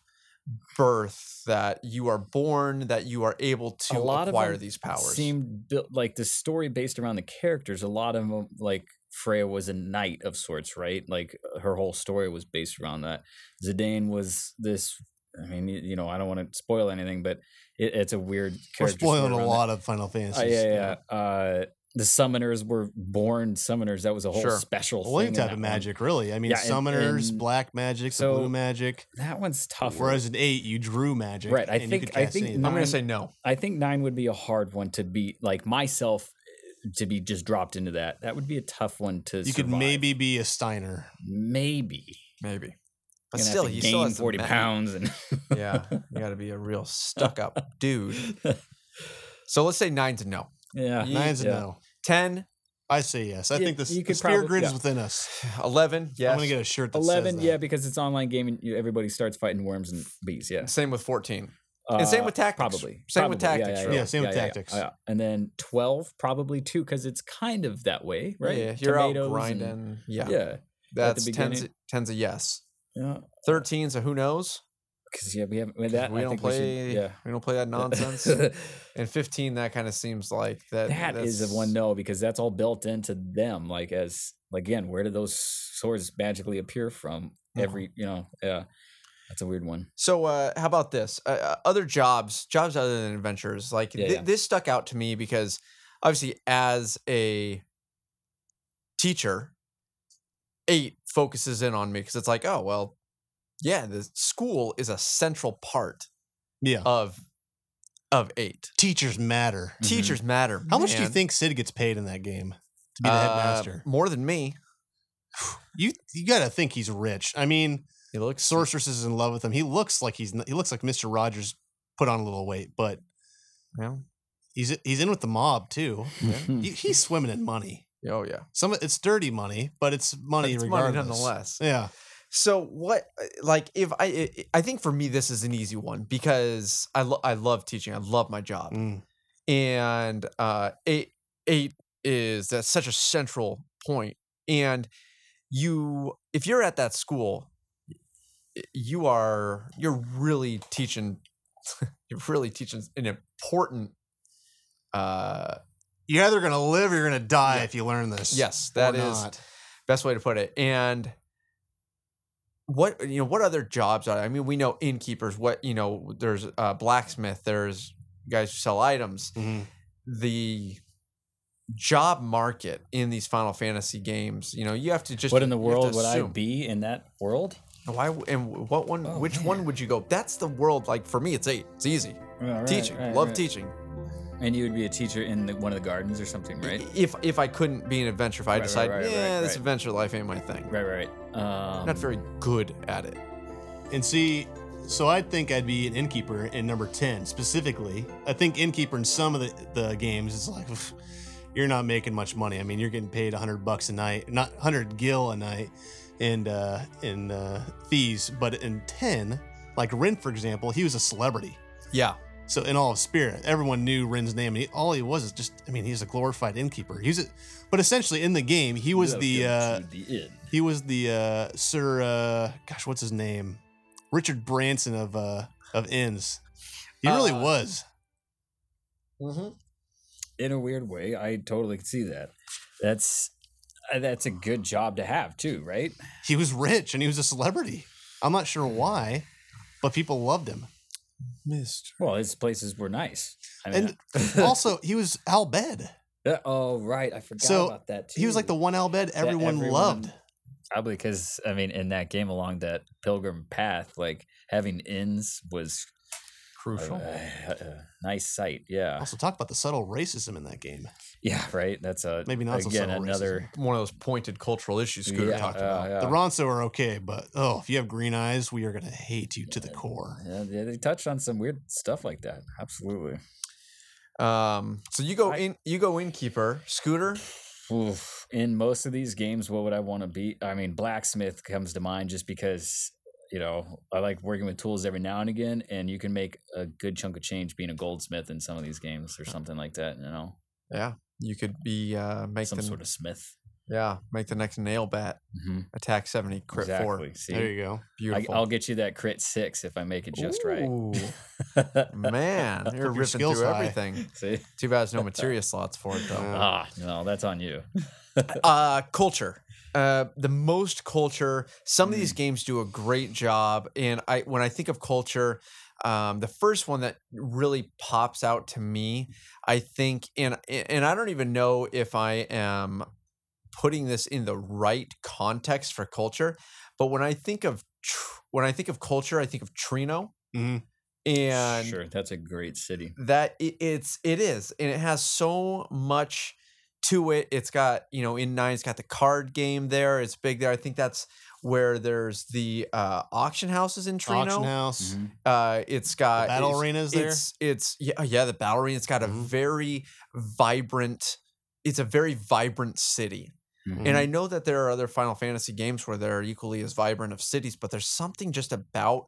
B: birth that you are born that you are able to
A: lot of
B: acquire
A: them
B: these powers?
A: seemed built like the story based around the characters. A lot of them, like Freya was a knight of sorts, right? Like her whole story was based around that. Zidane was this. I mean, y- you know, I don't want to spoil anything, but it, it's a weird.
C: We're
A: character story
C: spoiling a
A: around that.
C: lot of Final
A: Uh,
C: Fantasies.
A: yeah, yeah. Uh, the summoners were born summoners. That was a whole
B: Sure.
A: special
C: Well, any
A: thing in
C: type
A: that
C: of
A: one.
C: magic, really. I mean,
A: Yeah, and-
C: summoners,
A: and-
C: black magic, the
A: so-
C: blue magic.
A: That one's tough.
C: Whereas in eight, you drew magic.
A: Right, I
C: and you
A: think-
C: could
A: I
C: cast
A: think
C: anything.
B: I'm
A: nine-
B: gonna say no.
A: I think nine would be a hard one to be like myself eh, to be just dropped into that. That would be a tough one to.
C: you could
A: survive.
C: maybe be a Steiner.
A: maybe
B: Maybe. But
A: You're gonna
B: still,
A: have to
B: you
A: gain
B: still has the
A: forty
B: ma-
A: pounds and
B: yeah, you got to be a real stuck-up dude. So let's say nine's a no.
A: yeah.
B: Ye-
C: Nine's
A: yeah.
C: a no.
B: Ten,
C: I say yes. I
A: You-
C: think this
A: you
C: the
A: could
C: spirit
A: probably-
C: grid
A: yeah.
C: is within us.
B: eleven. Yes.
C: I'm gonna get a shirt that
A: Eleven,
C: says
A: yeah,
C: that.
A: because it's online game and you, everybody starts fighting worms and bees, yeah.
B: Same with fourteen. and same
A: Uh,
B: with tactics.
A: probably,
B: Same with
A: probably,
B: tactics.
A: yeah,
B: right?
C: Yeah, same with tactics.
A: yeah. And then twelve, probably two, because it's kind of that way, right?
B: Yeah, you're
A: Tomatoes
B: out
A: and-
B: grinding. yeah,
A: yeah,
B: that's tens.
A: beginning.
B: Tens a yes.
A: yeah.
B: Thirteen, so who knows?
A: Because yeah, we haven't with
B: 'Cause
A: that.
B: we
A: I
B: don't
A: think
B: play.
A: We should, yeah.
B: We don't play that nonsense. and 15 that kind of seems like that
A: that is
B: that's-
A: a one no because that's all built into them. Like as again, where did those swords magically appear from?
B: Mhm.
A: Every you know, yeah. That's a weird one.
B: so uh how about this uh, uh, other jobs jobs other than adventures like
A: Yeah,
B: thi-
A: yeah.
B: this stuck out to me because obviously as a teacher eight focuses in on me because it's like oh well yeah the school is a central part
C: Yeah.
B: of of 8
C: Teachers matter.
A: Mhm.
B: teachers matter
C: How much do you
B: man.
C: think Sid gets paid in that game to be the
B: Uh,
C: headmaster?
B: more than me
C: You you gotta think he's rich. I mean,
B: he looks
C: Sorceress is in love with him. He looks like he's n- he looks like Mister Rogers put on a little weight, but
B: yeah.
C: he's he's in with the mob too.
B: Hmm.
A: Yeah.
C: He, he's swimming in money.
B: oh yeah
C: Some it's dirty money, but it's
B: But
C: money
B: it's money
C: regardless.
B: nonetheless
C: Yeah.
B: So what, uh, like, if I, I- I think for me this is an easy one because I lo- I love teaching, I love my job,
C: Mm.
B: and uh, eight eight is that's such a central point, and you if you're at that school, y- you are you're really teaching, you're really teaching an important. Uh,
C: You're either gonna live or you're gonna die
B: Yeah.
C: if you learn this.
B: yes,
C: or
B: that is
C: not.
B: best way to put it and what you know what other jobs are i mean we know innkeepers what you know there's uh blacksmith there's guys who sell items, the job market in these Final Fantasy games, you know, you have to just
A: What in the
B: you have to
A: world would I
B: assume.
A: be Oh, in that world?
B: Why w- and what one? which one would you go? That's the world. Like for me, it's eight. It's easy.
A: Yeah, right,
B: teaching,
A: right,
B: love
A: right.
B: teaching.
A: And you would be a teacher in the, one of the gardens or something, right?
B: If if I couldn't be an adventure, if I
A: right,
B: decide,
A: right, right,
B: yeah, this
A: right.
B: adventure life ain't my thing.
A: Right, right. right. Um,
B: Not very good at it.
C: And see, so I think I'd be an innkeeper in number 10 specifically. I think innkeeper in some of the, the games is like, "Pff, you're not making much money. I mean, you're getting paid 100 bucks a night, not 100 gil a night and uh, in uh, fees. But in 10, like Rin, for example, he was a celebrity.
B: Yeah,
C: So in all of Spirit, everyone knew Ren's name, and he, all he was is just—I mean, he's a glorified innkeeper. He's a, but essentially in the game, he was the uh,
A: Welcome to the inn.
C: he was the uh, Sir, uh, gosh, what's his name? Richard Branson of uh, of Inns. He really
B: Uh,
C: was.
A: mm-hmm. in a weird way, I totally could see that. That's uh, that's a good job to have too, right?
C: He was rich and he was a celebrity. I'm not sure why, but people loved him.
B: Mister.
A: Well, his places were nice. I mean,
C: And also, he was Albed.
A: uh, oh right, I forgot
C: So,
A: about that too.
C: He was like the one Albed everyone,
A: everyone-
C: loved.
A: probably because I mean, in that game along that pilgrim path, like having inns was a,
B: Crucial.
A: a- a nice sight. Yeah,
C: Also, talk about the subtle racism in that game.
A: yeah, right. That's a
C: Maybe not so
A: again
C: subtle
A: another.
B: One of those pointed cultural issues Scooter
A: yeah,
B: talked
A: uh,
B: about.
A: yeah.
C: The Ronso are okay, but oh, if you have green eyes, we are going to hate you to the core.
A: Yeah, they- they touched on some weird stuff like that. Absolutely.
B: Um, so you go in, you go innkeeper, Scooter.
A: Oof. In most of these games, what would I want to be? I mean, blacksmith comes to mind just because you know I like working with tools every now and again, and you can make a good chunk of change being a goldsmith in some of these games or something like that. You know,
B: Yeah, you could be uh, make
A: some
B: the,
A: sort of smith.
B: yeah make the next nail bat
A: Mm-hmm.
B: attack seventy crit
A: Exactly.
B: four.
C: There
A: See,
C: you go.
A: I,
B: Beautiful.
A: I'll get you that crit six if I make it just
B: Ooh,
A: right.
B: man, you're
C: your
B: ripping through
C: skills high.
B: everything.
A: See,
B: Too bad there's no materia slots for it though.
A: ah, no, that's on you.
B: uh culture uh the most culture some of these games do a great job and i when i think of culture um the first one that really pops out to me i think and and i don't even know if i am putting this in the right context for culture but when i think of tr- when i think of culture i think of trino
C: Mhm.
B: and
A: sure, that's a great city.
B: that it, it's it is and it has so much to it it's got you know in nine it's got the card game there it's big there i think that's where there's the uh, auction houses in trino
C: Auction house,
A: Mhm.
B: uh it's got
C: battle
B: it's,
C: arenas there.
B: it's it's yeah, oh, yeah the battle arena it's got a
C: Mhm.
B: very vibrant it's a very vibrant city
A: Mm-hmm.
B: and I know that there are other Final Fantasy games where they're equally as vibrant of cities, but there's something just about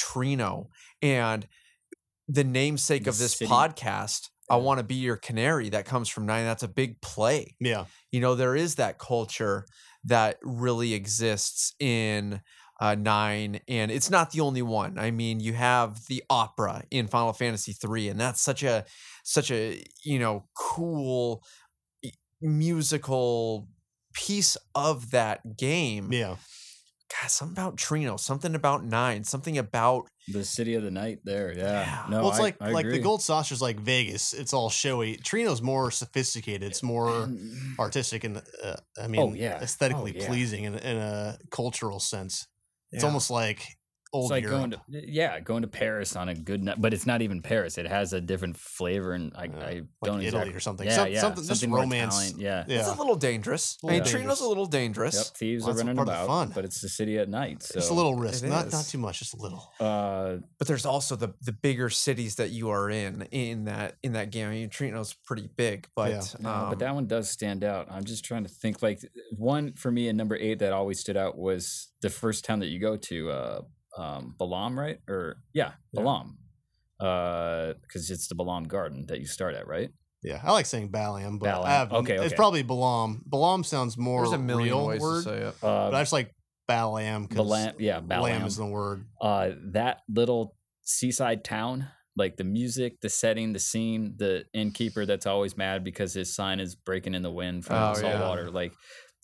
B: Trino and the namesake
A: The
B: of this
A: city.
B: podcast. I
A: Yeah.
B: want to be your canary that comes from nine. That's a big play.
C: yeah,
B: You know, there is that culture that really exists in uh, nine, and it's not the only one. I mean, you have the opera in Final Fantasy three, and that's such a such a you know cool i- musical piece of that game.
C: yeah.
B: God, something about Trino, something about nine, something about
A: The city of the night. There, yeah.
B: Yeah.
A: No,
C: well, it's
A: I-
C: like
A: I
C: like the
A: agree.
C: gold saucer's like Vegas. It's all showy. Trino's more sophisticated. It's more artistic and uh, I mean,
A: yeah. Oh,
C: aesthetically
A: yeah.
C: pleasing in, in a cultural sense. It's
B: Yeah.
C: almost like old
A: it's like
C: Europe.
A: going to yeah, going to Paris on a good night, but it's not even Paris. It has a different flavor, and I,
C: Yeah,
A: I
C: like
A: don't
C: Italy
A: exactly
C: or something.
A: Yeah,
C: Some-
A: yeah,
C: something- just
A: more
C: romance.
A: Italian, Yeah,
C: yeah,
B: it's a little dangerous.
C: A
B: I mean,
C: little dangerous.
B: Trino's a little dangerous.
A: Yep, thieves
C: Well,
A: are
C: that's
A: running
C: part of the
A: about,
C: fun.
A: but it's the city at night. So
C: Just a little risk,
B: It
C: not not
B: is.
C: too much, just a little.
A: Uh,
B: but there's also the the bigger cities that you are in in that in that game. I mean, Trino's pretty big, but
C: Yeah.
A: no,
B: um,
A: but that one does stand out. I'm just trying to think. Like one for me, and number eight that always stood out was the first town that you go to, uh, um, Balam, right? Or yeah,
B: Yeah.
A: Balam, because it's the Balam Garden that you start at, right?
C: Yeah, I like saying Balam, but
A: Balam.
C: I have,
A: Okay,
C: it's
A: okay.
C: probably Balam. Balam sounds more
B: there's a million
C: real
B: ways
C: word,
B: to say it.
A: Uh,
C: but I just like Balam because
A: Balam, yeah, Balam.
C: Lamb is the word.
A: uh, that little seaside town, like the music, the setting, the scene, the innkeeper that's always mad because his sign is breaking in the wind from the
B: Oh,
A: salt
B: yeah.
A: water. Like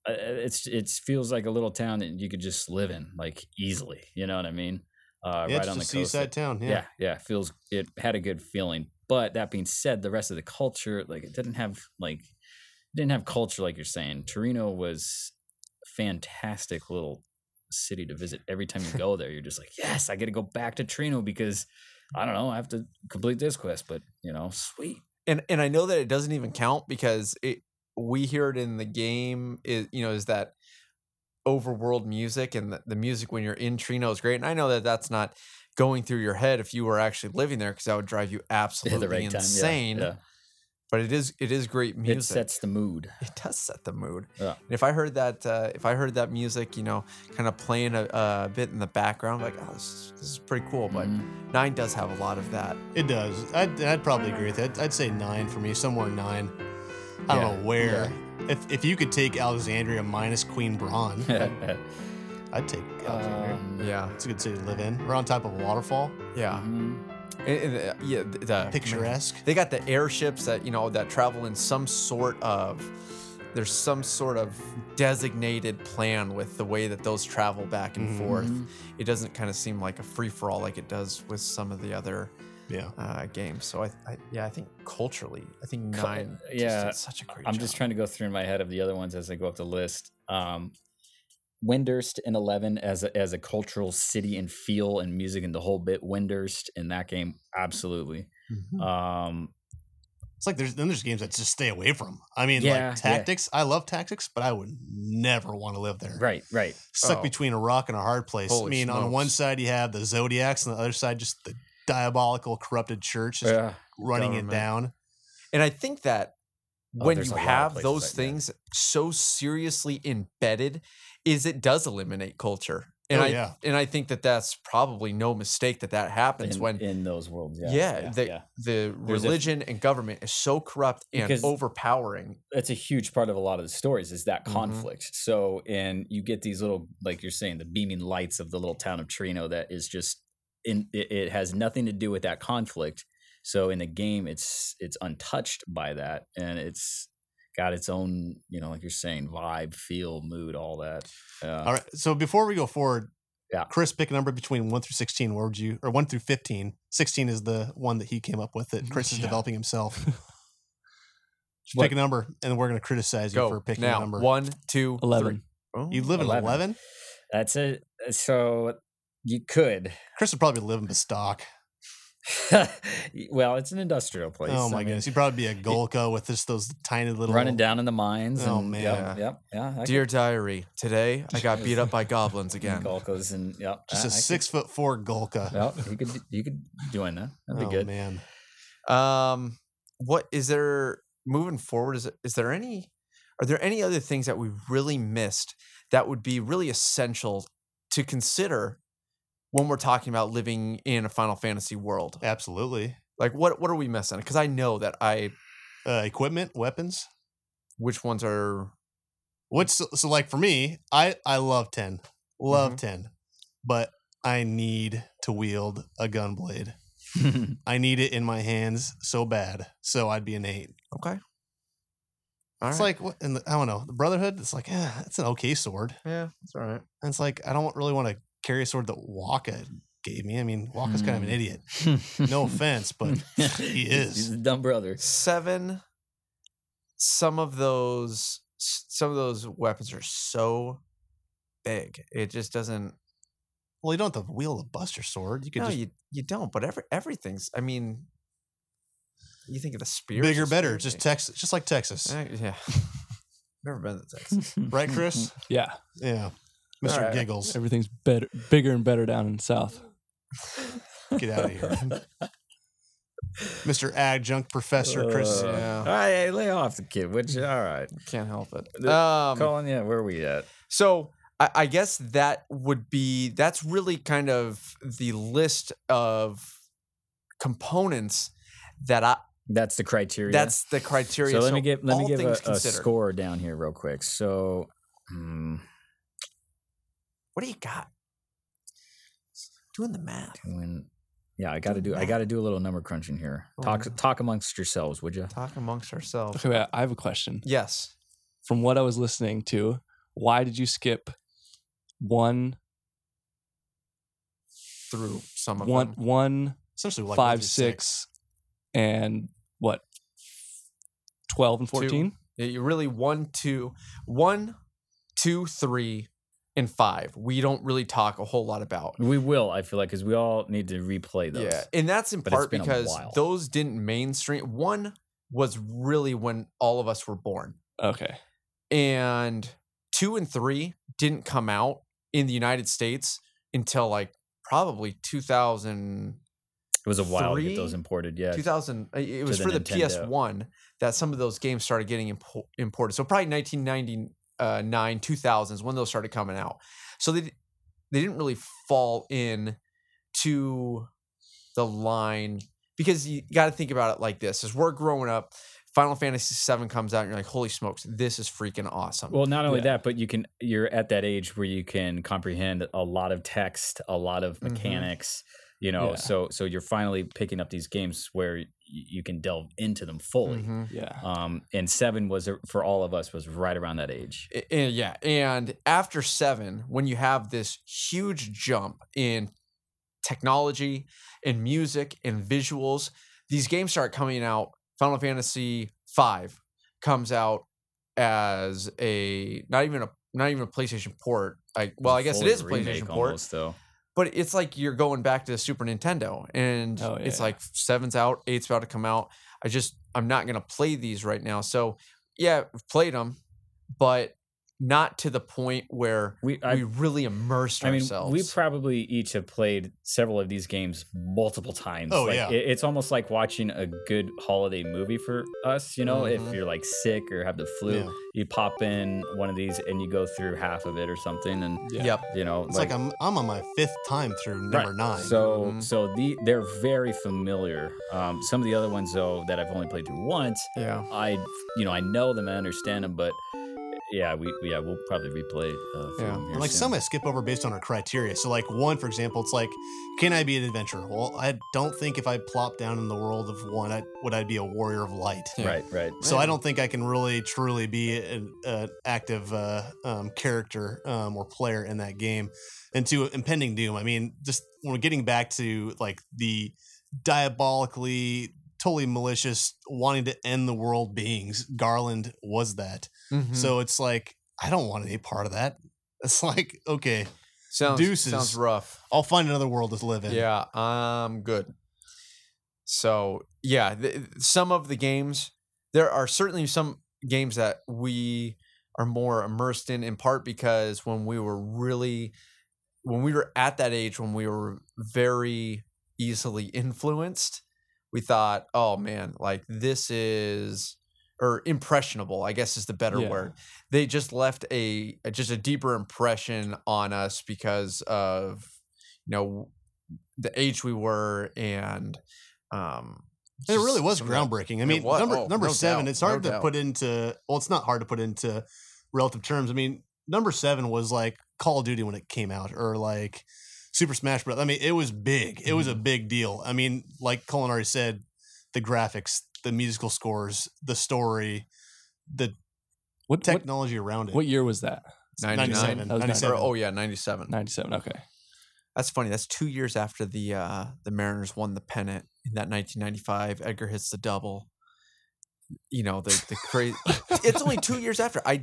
A: uh, it's it feels like a little town that you could just live in, like easily. You know what I mean? Uh,
C: yeah,
A: right
C: it's
A: on the
C: just
A: coast.
C: seaside town.
A: yeah. yeah, Feels it had a good feeling But that being said, the rest of the culture, like it didn't have like it didn't have culture like you're saying. Torino was a fantastic little city to visit. Every time you go there, you're just like, yes, I got to go back to Torino because I don't know, I have to complete this quest. But you know, sweet.
B: and and I know that it doesn't even count because it we hear it in the game is you know is that overworld music and the, the music when you're in Trino is great and I know that that's not going through your head if you were actually living there because that would drive you
A: At
B: absolutely
A: the right time, yeah,
B: insane
A: yeah.
B: but it is it is great music
A: It sets the mood.
B: it does set the mood.
A: Yeah.
B: And if I heard that, uh, if I heard that music, you know, kind of playing a, a bit in the background, like, oh, this, this is pretty cool. But
A: Mm-hmm.
B: Nine does have a lot of that.
C: It does. I'd, I'd probably agree with that. I'd say nine for me, somewhere nine. I don't
B: Yeah,
C: know where. If, if you could take Alexandria minus Queen Braun, I'd, I'd take Alexandria.
A: Um,
B: Yeah,
C: it's a good city to live in. We're on top of a waterfall,
B: yeah,
A: mhm.
B: And- and, uh, yeah. th- The,
C: picturesque.
B: They got the airships that you know that travel in some sort of. There's some sort of designated plan with the way that those travel back and
A: Mm-hmm.
B: forth. It doesn't kind of seem like a free for all like it does with some of the other
C: Yeah.
B: uh, game. So I, I, yeah, I think culturally, I think nine. just
A: yeah,
B: did such a great.
A: I'm just
B: job.
A: trying to go through in my head of the other ones as I go up the list. Um, Windurst and Eleven as a, as a cultural city and feel and music and the whole bit. Windurst in that game, absolutely.
B: Hmm.
A: Um,
C: It's like there's then there's games that just stay away from. I mean,
A: Yeah, yeah.
C: like tactics. I love tactics, but I would never want to live there.
A: right, right.
C: Stuck
B: Oh.
C: between a rock and a hard place.
B: Holy
C: I mean, on one
B: smokes.
C: side you have the Zodiacs, and the other side just the diabolical corrupted church just
A: Yeah.
C: running
B: government.
C: it down.
B: and I think that
A: Oh,
B: when
A: there's a
B: you
A: lot of
B: have
A: places
B: those
A: like that.
B: things so seriously embedded, is it does eliminate culture. And
C: Oh,
B: I
C: yeah.
B: and I think that that's probably no mistake that that happens
A: in,
B: when
A: in those worlds, yeah,
B: yeah, the the
A: There's a-
B: religion and government is so corrupt and
A: Because-
B: overpowering.
A: that's a huge part of a lot of the stories is that
C: Mm-hmm.
B: Mhm.
A: conflict. So, and you get these little, like you're saying, the beaming lights of the little town of Trino that is just in. It, it has nothing to do with that conflict. So in the game, it's it's untouched by that, and it's got its own, you know, like you're saying, vibe, feel, mood, all that. Uh,
C: All right. So before we go forward,
A: Yeah.
C: Chris, pick a number between one through sixteen. Where would you or one through fifteen? Sixteen is the one that he came up with that Chris is
B: Yeah.
C: developing himself. Just
A: What-
C: pick a number, and we're going to criticize you
B: Go
C: for picking
B: now.
C: a number.
B: One, two, three.
D: 11.
B: Oh,
C: you live in
A: 11.
C: eleven.
A: That's it. Uh, So you could.
C: Chris would probably live in Bestock.
A: well, it's an industrial place.
C: Oh
A: I
C: my
A: mean,
C: goodness, he'd probably be a Golka with just those tiny little
A: Running down in the mines.
C: Oh,
A: and-
C: man.
A: Yep. Yep. Yeah. I
B: Dear diary, today I got beat up by goblins again.
A: Golkos and yep.
C: just
A: a
C: a six foot four Golka.
A: Well, you could you could join that. That'd be
C: oh
A: good.
C: man,
B: Um, what is there moving forward? Is is there any? Are there any other things that we really missed that would be really essential to consider when we're talking about living in a Final Fantasy world?
C: Eh absolutely.
B: Like, what what are we missing? Because I know that I
C: Uh, equipment, weapons.
B: which ones are
C: What's so like for me? I I love ten, love
B: Mhm.
C: ten, but I need to wield a gunblade. I need it in my hands so bad. So I'd be an eight.
B: okay. All
C: it's
B: right.
C: like what in the I don't know the Brotherhood. It's like eh, it's an okay sword.
B: yeah, that's all right.
C: And it's like I don't really want to carry a sword that Waka gave me. I mean Waka's kind of
B: Mm.
C: an
A: Hmm.
C: idiot. No offense, but he
A: He's
C: is.
A: a dumb brother.
B: seven some of those s- some of those weapons are so big it just doesn't
C: Well, you don't have to wield a Buster sword. You could
B: no
C: just
B: you you don't but every everything's i mean you think of the spear
C: bigger, better. Just Texas, just like Texas,
B: Eh, yeah never been to texas
C: right, Chris?
D: Yeah.
C: yeah, Mister
B: Alright.
C: Giggles,
D: Everything's better, bigger and better down in the South.
C: get out of here, Mister Adjunct Professor Chris.
A: Uh,
B: Yeah.
A: All right, hey, lay off the kid. Which all right,
B: can't help it
A: The-
B: um
A: Colin. Yeah, where are we at?
B: So I, I guess that would be that's really kind of the list of components that I
A: That's the criteria.
B: that's the criteria.
A: so. Let me give let me
B: all
A: give a,
B: things
A: a
B: considered,
A: score down here real quick. So. hmm,
B: What do you got? Doing the math.
A: doing- yeah, I got to do. I
B: math.
A: got to do a little number crunching here.
B: Oh,
A: Talk
B: no.
A: talk amongst yourselves, would you?
B: Talk amongst ourselves.
D: Okay, wait, I have a question.
B: Yes.
D: From what I was listening to, why did you skip one,
B: Through some of
D: one,
B: them.
D: one,
C: Essentially, like
D: five, six, and what 12 and 14
B: Yeah, You're really one, two, one, two, three, and five. We don't really talk a whole lot about.
A: We will, I feel like, because we all need to replay those.
B: Yeah, and that's in
A: But it's
B: part
A: been a
B: because
A: while.
B: those didn't mainstream. One was really when all of us were born,
D: okay
B: and two and three didn't come out in the United States until like probably 2000.
A: It was a while to get those
B: Three?
A: imported. Yeah.
B: 2000 uh, it was
A: the
B: for the
A: Nintendo.
B: ps1 that some of those games started getting impo- imported so probably uh, 1999 2000 is when those started coming out so they d- they didn't really fall in to the line because you got to think about it like this as we're growing up final fantasy 7 comes out and you're like holy smokes this is freaking awesome
A: Well, not only
D: Yeah.
A: that, but you can you're at that age where you can comprehend a lot of text, a lot of
B: Mhm.
A: mechanics, you know.
D: Yeah.
A: So so you're finally picking up these games where y- you can delve into them fully.
B: Mhm.
D: yeah
A: Um, and seven was a- for all of us was right around that age.
B: A- and yeah and after seven when you have this huge jump in technology and music and visuals these games start coming out final fantasy v comes out as a not even a not even a playstation port like well i guess it
A: Fully
B: is a playstation
A: remake
B: port
A: almost, though.
B: but it's like you're going back to the Super Nintendo, and
D: Oh,
B: it's
D: yeah.
B: like seven's out, eight's about to come out. I just I'm not gonna play these right now. So yeah, we've played them, but not to the point where
A: We I,
B: we really immersed
A: I mean
B: ourselves.
A: we probably each have played several of these games multiple times.
C: Oh,
A: Like,
C: yeah.
A: it- it's almost like watching a good holiday movie for us. You know,
B: Mhm.
A: if you're like sick or have the flu,
C: Yeah.
A: you pop in one of these and you go through half of it or something, and
D: yeah,
B: Yep.
A: you know,
C: It's like, I'm I'm on my fifth time through number
A: Right.
C: nine.
A: So,
B: Mhm.
A: so the they're very familiar. Um, some of the other ones though that I've only played through once,
B: Yeah.
A: I, you know, I know them, I understand them, but yeah, we yeah we'll probably replay. Uh, a few
B: Yeah.
A: of them here
C: And, like
A: soon.
C: some I skip over based on our criteria. So like one, for example, it's like, can I be an adventurer? Well, I don't think if I plop down in the world of one, I, would I be a warrior of light?
B: Yeah.
A: right, right.
C: So I don't think I can really truly be an, an active uh, um, character um, or player in that game. And to impending doom, I mean, just when we're getting back to like the diabolically, totally malicious, wanting to end the world beings, Garland was that.
B: Mhm.
C: So it's like I don't want any part of that. It's like okay,
B: sounds sounds
C: deuces.
B: rough.
C: I'll find another world to live in.
B: Yeah, I'm good. So yeah, th- some of the games there are certainly some games that we are more immersed in, in part because when we were really when we were at that age when we were very easily influenced, we thought, oh man, like this is or impressionable, I guess is the better
D: Yeah.
B: word. They just left a a- just a deeper impression on us because of you know the age we were and um
C: And it
B: just
C: really was
B: some of that-
C: groundbreaking. I
B: it
C: mean,
B: was-
C: number
B: oh,
C: number
B: no
C: seven.
B: doubt,
C: It's hard
B: no
C: to
B: doubt.
C: put into. Well, it's not hard to put into relative terms. I mean, number seven was like Call of Duty when it came out, or like Super Smash Bros. I mean, it was big. It was a big deal. I mean, like Colin already said, the graphics, the musical scores, the story, the
D: what, what
C: technology around it.
D: what year was that
B: 99
C: 97.
D: That was
C: 97.
B: Or- oh yeah 97
D: 97 okay
B: that's funny that's two years after the uh the mariners won the pennant in that 1995 edgar hits the double you know the the crazy it's only two years after i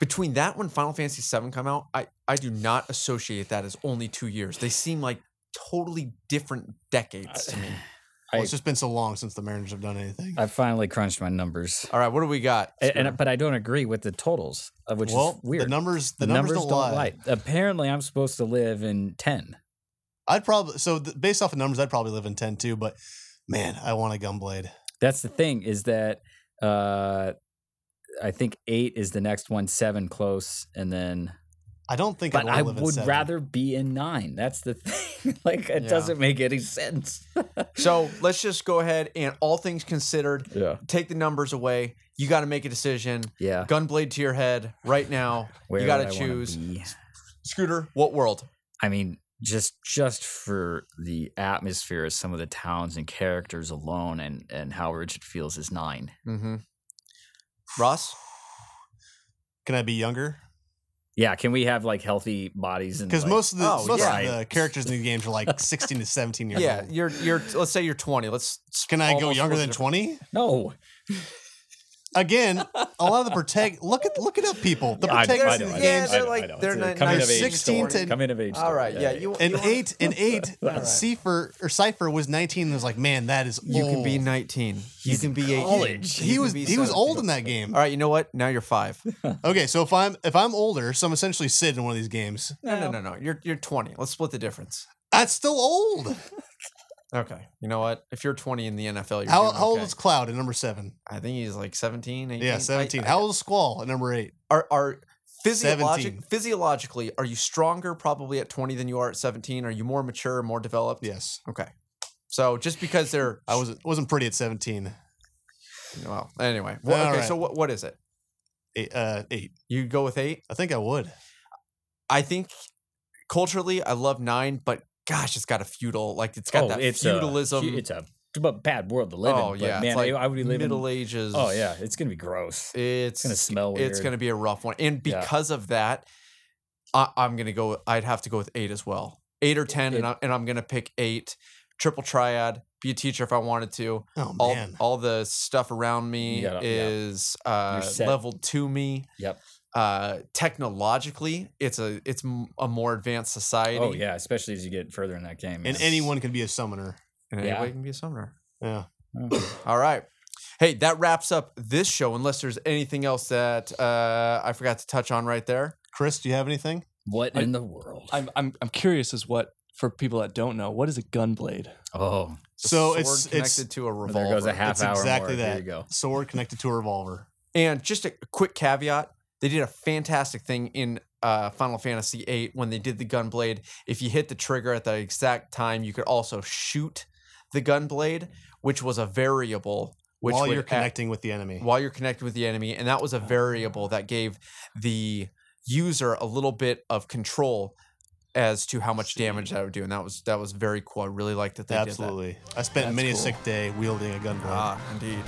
B: between that when final fantasy 7 come out i i do not associate that as only two years they seem like totally different decades to me
C: Well, it's just been so long since the Mariners have done anything.
A: I finally crunched my numbers,
B: all right what do we got
A: A- and,
B: Scooter?
A: but I don't agree with the totals, uh, which
C: well,
A: is weird.
C: the numbers the, numbers, don't, lie.
A: Apparently, I'm supposed to live in ten.
C: I'd probably so th- based off of numbers, I'd probably live in ten too. But man, I want a gunblade.
A: That's the thing is that uh, I think eight is the next one, seven close, and then.
C: I don't think I'd
A: But
C: want
A: I
C: to live in
A: would
C: seven.
A: rather be in nine. That's the thing. like it
B: Yeah.
A: doesn't make any sense.
B: so let's just go ahead and all things considered
A: yeah.
B: take the numbers away. You got to make a decision.
A: Yeah.
B: Gunblade to your head right now. you got
A: would
B: to
A: I wanna
B: choose.
A: be?
B: Scooter, what world?
A: I mean, just just for the atmosphere of some of the towns and characters alone, and and how Richard feels is nine.
B: Mm-hmm. Ross?
C: Can I be younger?
A: Yeah, can we have like healthy bodies and
C: Because
A: like-
C: most of the
B: Oh,
C: most
A: yeah.
C: of the characters in these games are like 16 to 17 years
B: Yeah,
C: old.
B: you're you're. Let's say you're 20. Let's.
C: Can I go
B: almost
C: younger
B: look
C: than
B: at-
C: 20?
A: no,
C: Again, a lot of the protect. Look at look it up, people. The
A: Yeah, I- I
C: protagonists
A: know, I
C: in the
A: know,
B: Yeah,
C: games
A: I
B: they're
A: know, I
B: like
A: know.
B: they're
A: It's a
B: not
A: coming
C: they're
A: of age
C: 16
A: story.
C: to-
A: coming of age.
B: All
A: story.
B: right. Yeah. You.
C: an
B: you-
C: eight, an eight,
B: Alright.
C: Cipher or Cipher was 19. and Was like, man, that is
B: You can be
C: old."
B: 19. You can be 18.
A: college.
B: you
C: He
B: can
C: was
B: be
C: he was
B: 17.
C: old in that game.
B: All right. You know what? Now you're five.
C: Okay, so if I'm if I'm older, so I'm essentially Sid in one of these games.
B: No, no, no, no. You're you're 20. Let's split the difference.
C: That's still old.
B: Okay. You know what? If you're 20 in the NFL, you're
C: How,
B: doing
C: how old
B: okay.
C: is Cloud at number seven?
B: I think he's like 17. 18.
C: Yeah, seventeen. how old is Squall at number eight?
B: are are physiologic
C: 17.
B: physiologically are you stronger probably at 20 than you are at 17? Are you more mature, more developed?
C: Yes,
B: Okay. So just because they're
C: I wasn't wasn't pretty at seventeen.
B: well anyway. Well,
C: All
B: okay.
C: right.
B: So what what is it?
C: Eight, uh, eight.
B: You go with eight.
C: I think I would.
B: I think culturally I love nine, but gosh, it's got a feudal like it's got that feudalism.
A: A, hu- Oh, it's a b- bad world to live in.
B: Oh,
A: but
B: yeah, it's
A: man,
B: like
A: I, I would be living.
B: Middle Ages.
A: oh yeah, it's gonna be gross.
B: It's
A: gonna smell
B: It's
A: weird.
B: gonna be a rough one, and
A: Yeah.
B: because of that, I, I'm gonna go. I'd have to go with eight as well, eight or ten,
A: It-
B: and, I, and I'm gonna pick eight. Triple triad. Be a teacher if I wanted to.
C: Oh
B: All
C: man,
B: all the stuff around me
A: You gotta- yeah.
B: is uh,
A: set.
B: leveled to me.
A: Yep.
B: Uh, technologically, it's a it's m- a more advanced society.
A: Oh yeah, especially as you get further in that game.
C: and
A: yeah.
C: anyone can be a summoner.
B: and
A: Yeah.
B: anybody can be a summoner.
C: Yeah.
A: Oh.
B: All right. Hey, that wraps up this show. Unless there's anything else that uh, I forgot to touch on right there.
C: Chris, do you have anything?
A: What
D: I-
A: in the world?
D: I'm, I'm, I'm curious as what, for people that don't know, what is a gunblade?
A: oh,
B: It's a
C: So
B: sword
C: it's- it's-
B: connected to a revolver.
A: there goes a half
C: It's
A: hour.
C: exactly
A: more. There
C: that.
A: you go.
C: Sword connected to a revolver.
B: And just a quick caveat: they did a fantastic thing in uh, Final Fantasy VIII when they did the gunblade. If you hit the trigger at the exact time, you could also shoot the gunblade, which was a variable. Which
C: While
B: would
C: you're
B: act-
C: connecting with the enemy.
B: while you're connected with the enemy, and that was a variable that gave the user a little bit of control as to how much damage that would do, and that was that was very cool. I really liked that they did that.
C: Absolutely. I spent
B: That's
C: many
B: cool.
C: a sick day wielding a gunblade.
B: Ah, indeed.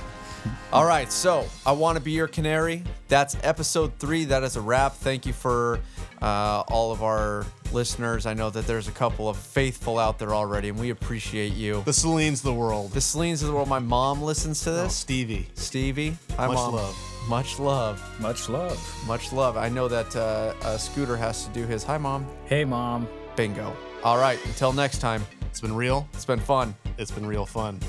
B: All right, so I want to be your canary. That's episode three. That is a wrap. Thank you for uh, all of our listeners. I know that there's a couple of faithful out there already, and we appreciate you.
C: The Celine's the world.
B: The Celine's of the world. My mom listens to
C: Oh,
B: this.
C: Stevie.
B: Stevie, hi
C: Much
B: mom.
C: love.
B: Much love.
A: Much love.
B: Much love. I know that uh, uh, Scooter has to do his hi mom.
A: Hey mom.
B: Bingo. All right. Until next time.
C: It's been real.
B: It's been fun.
C: It's been real fun.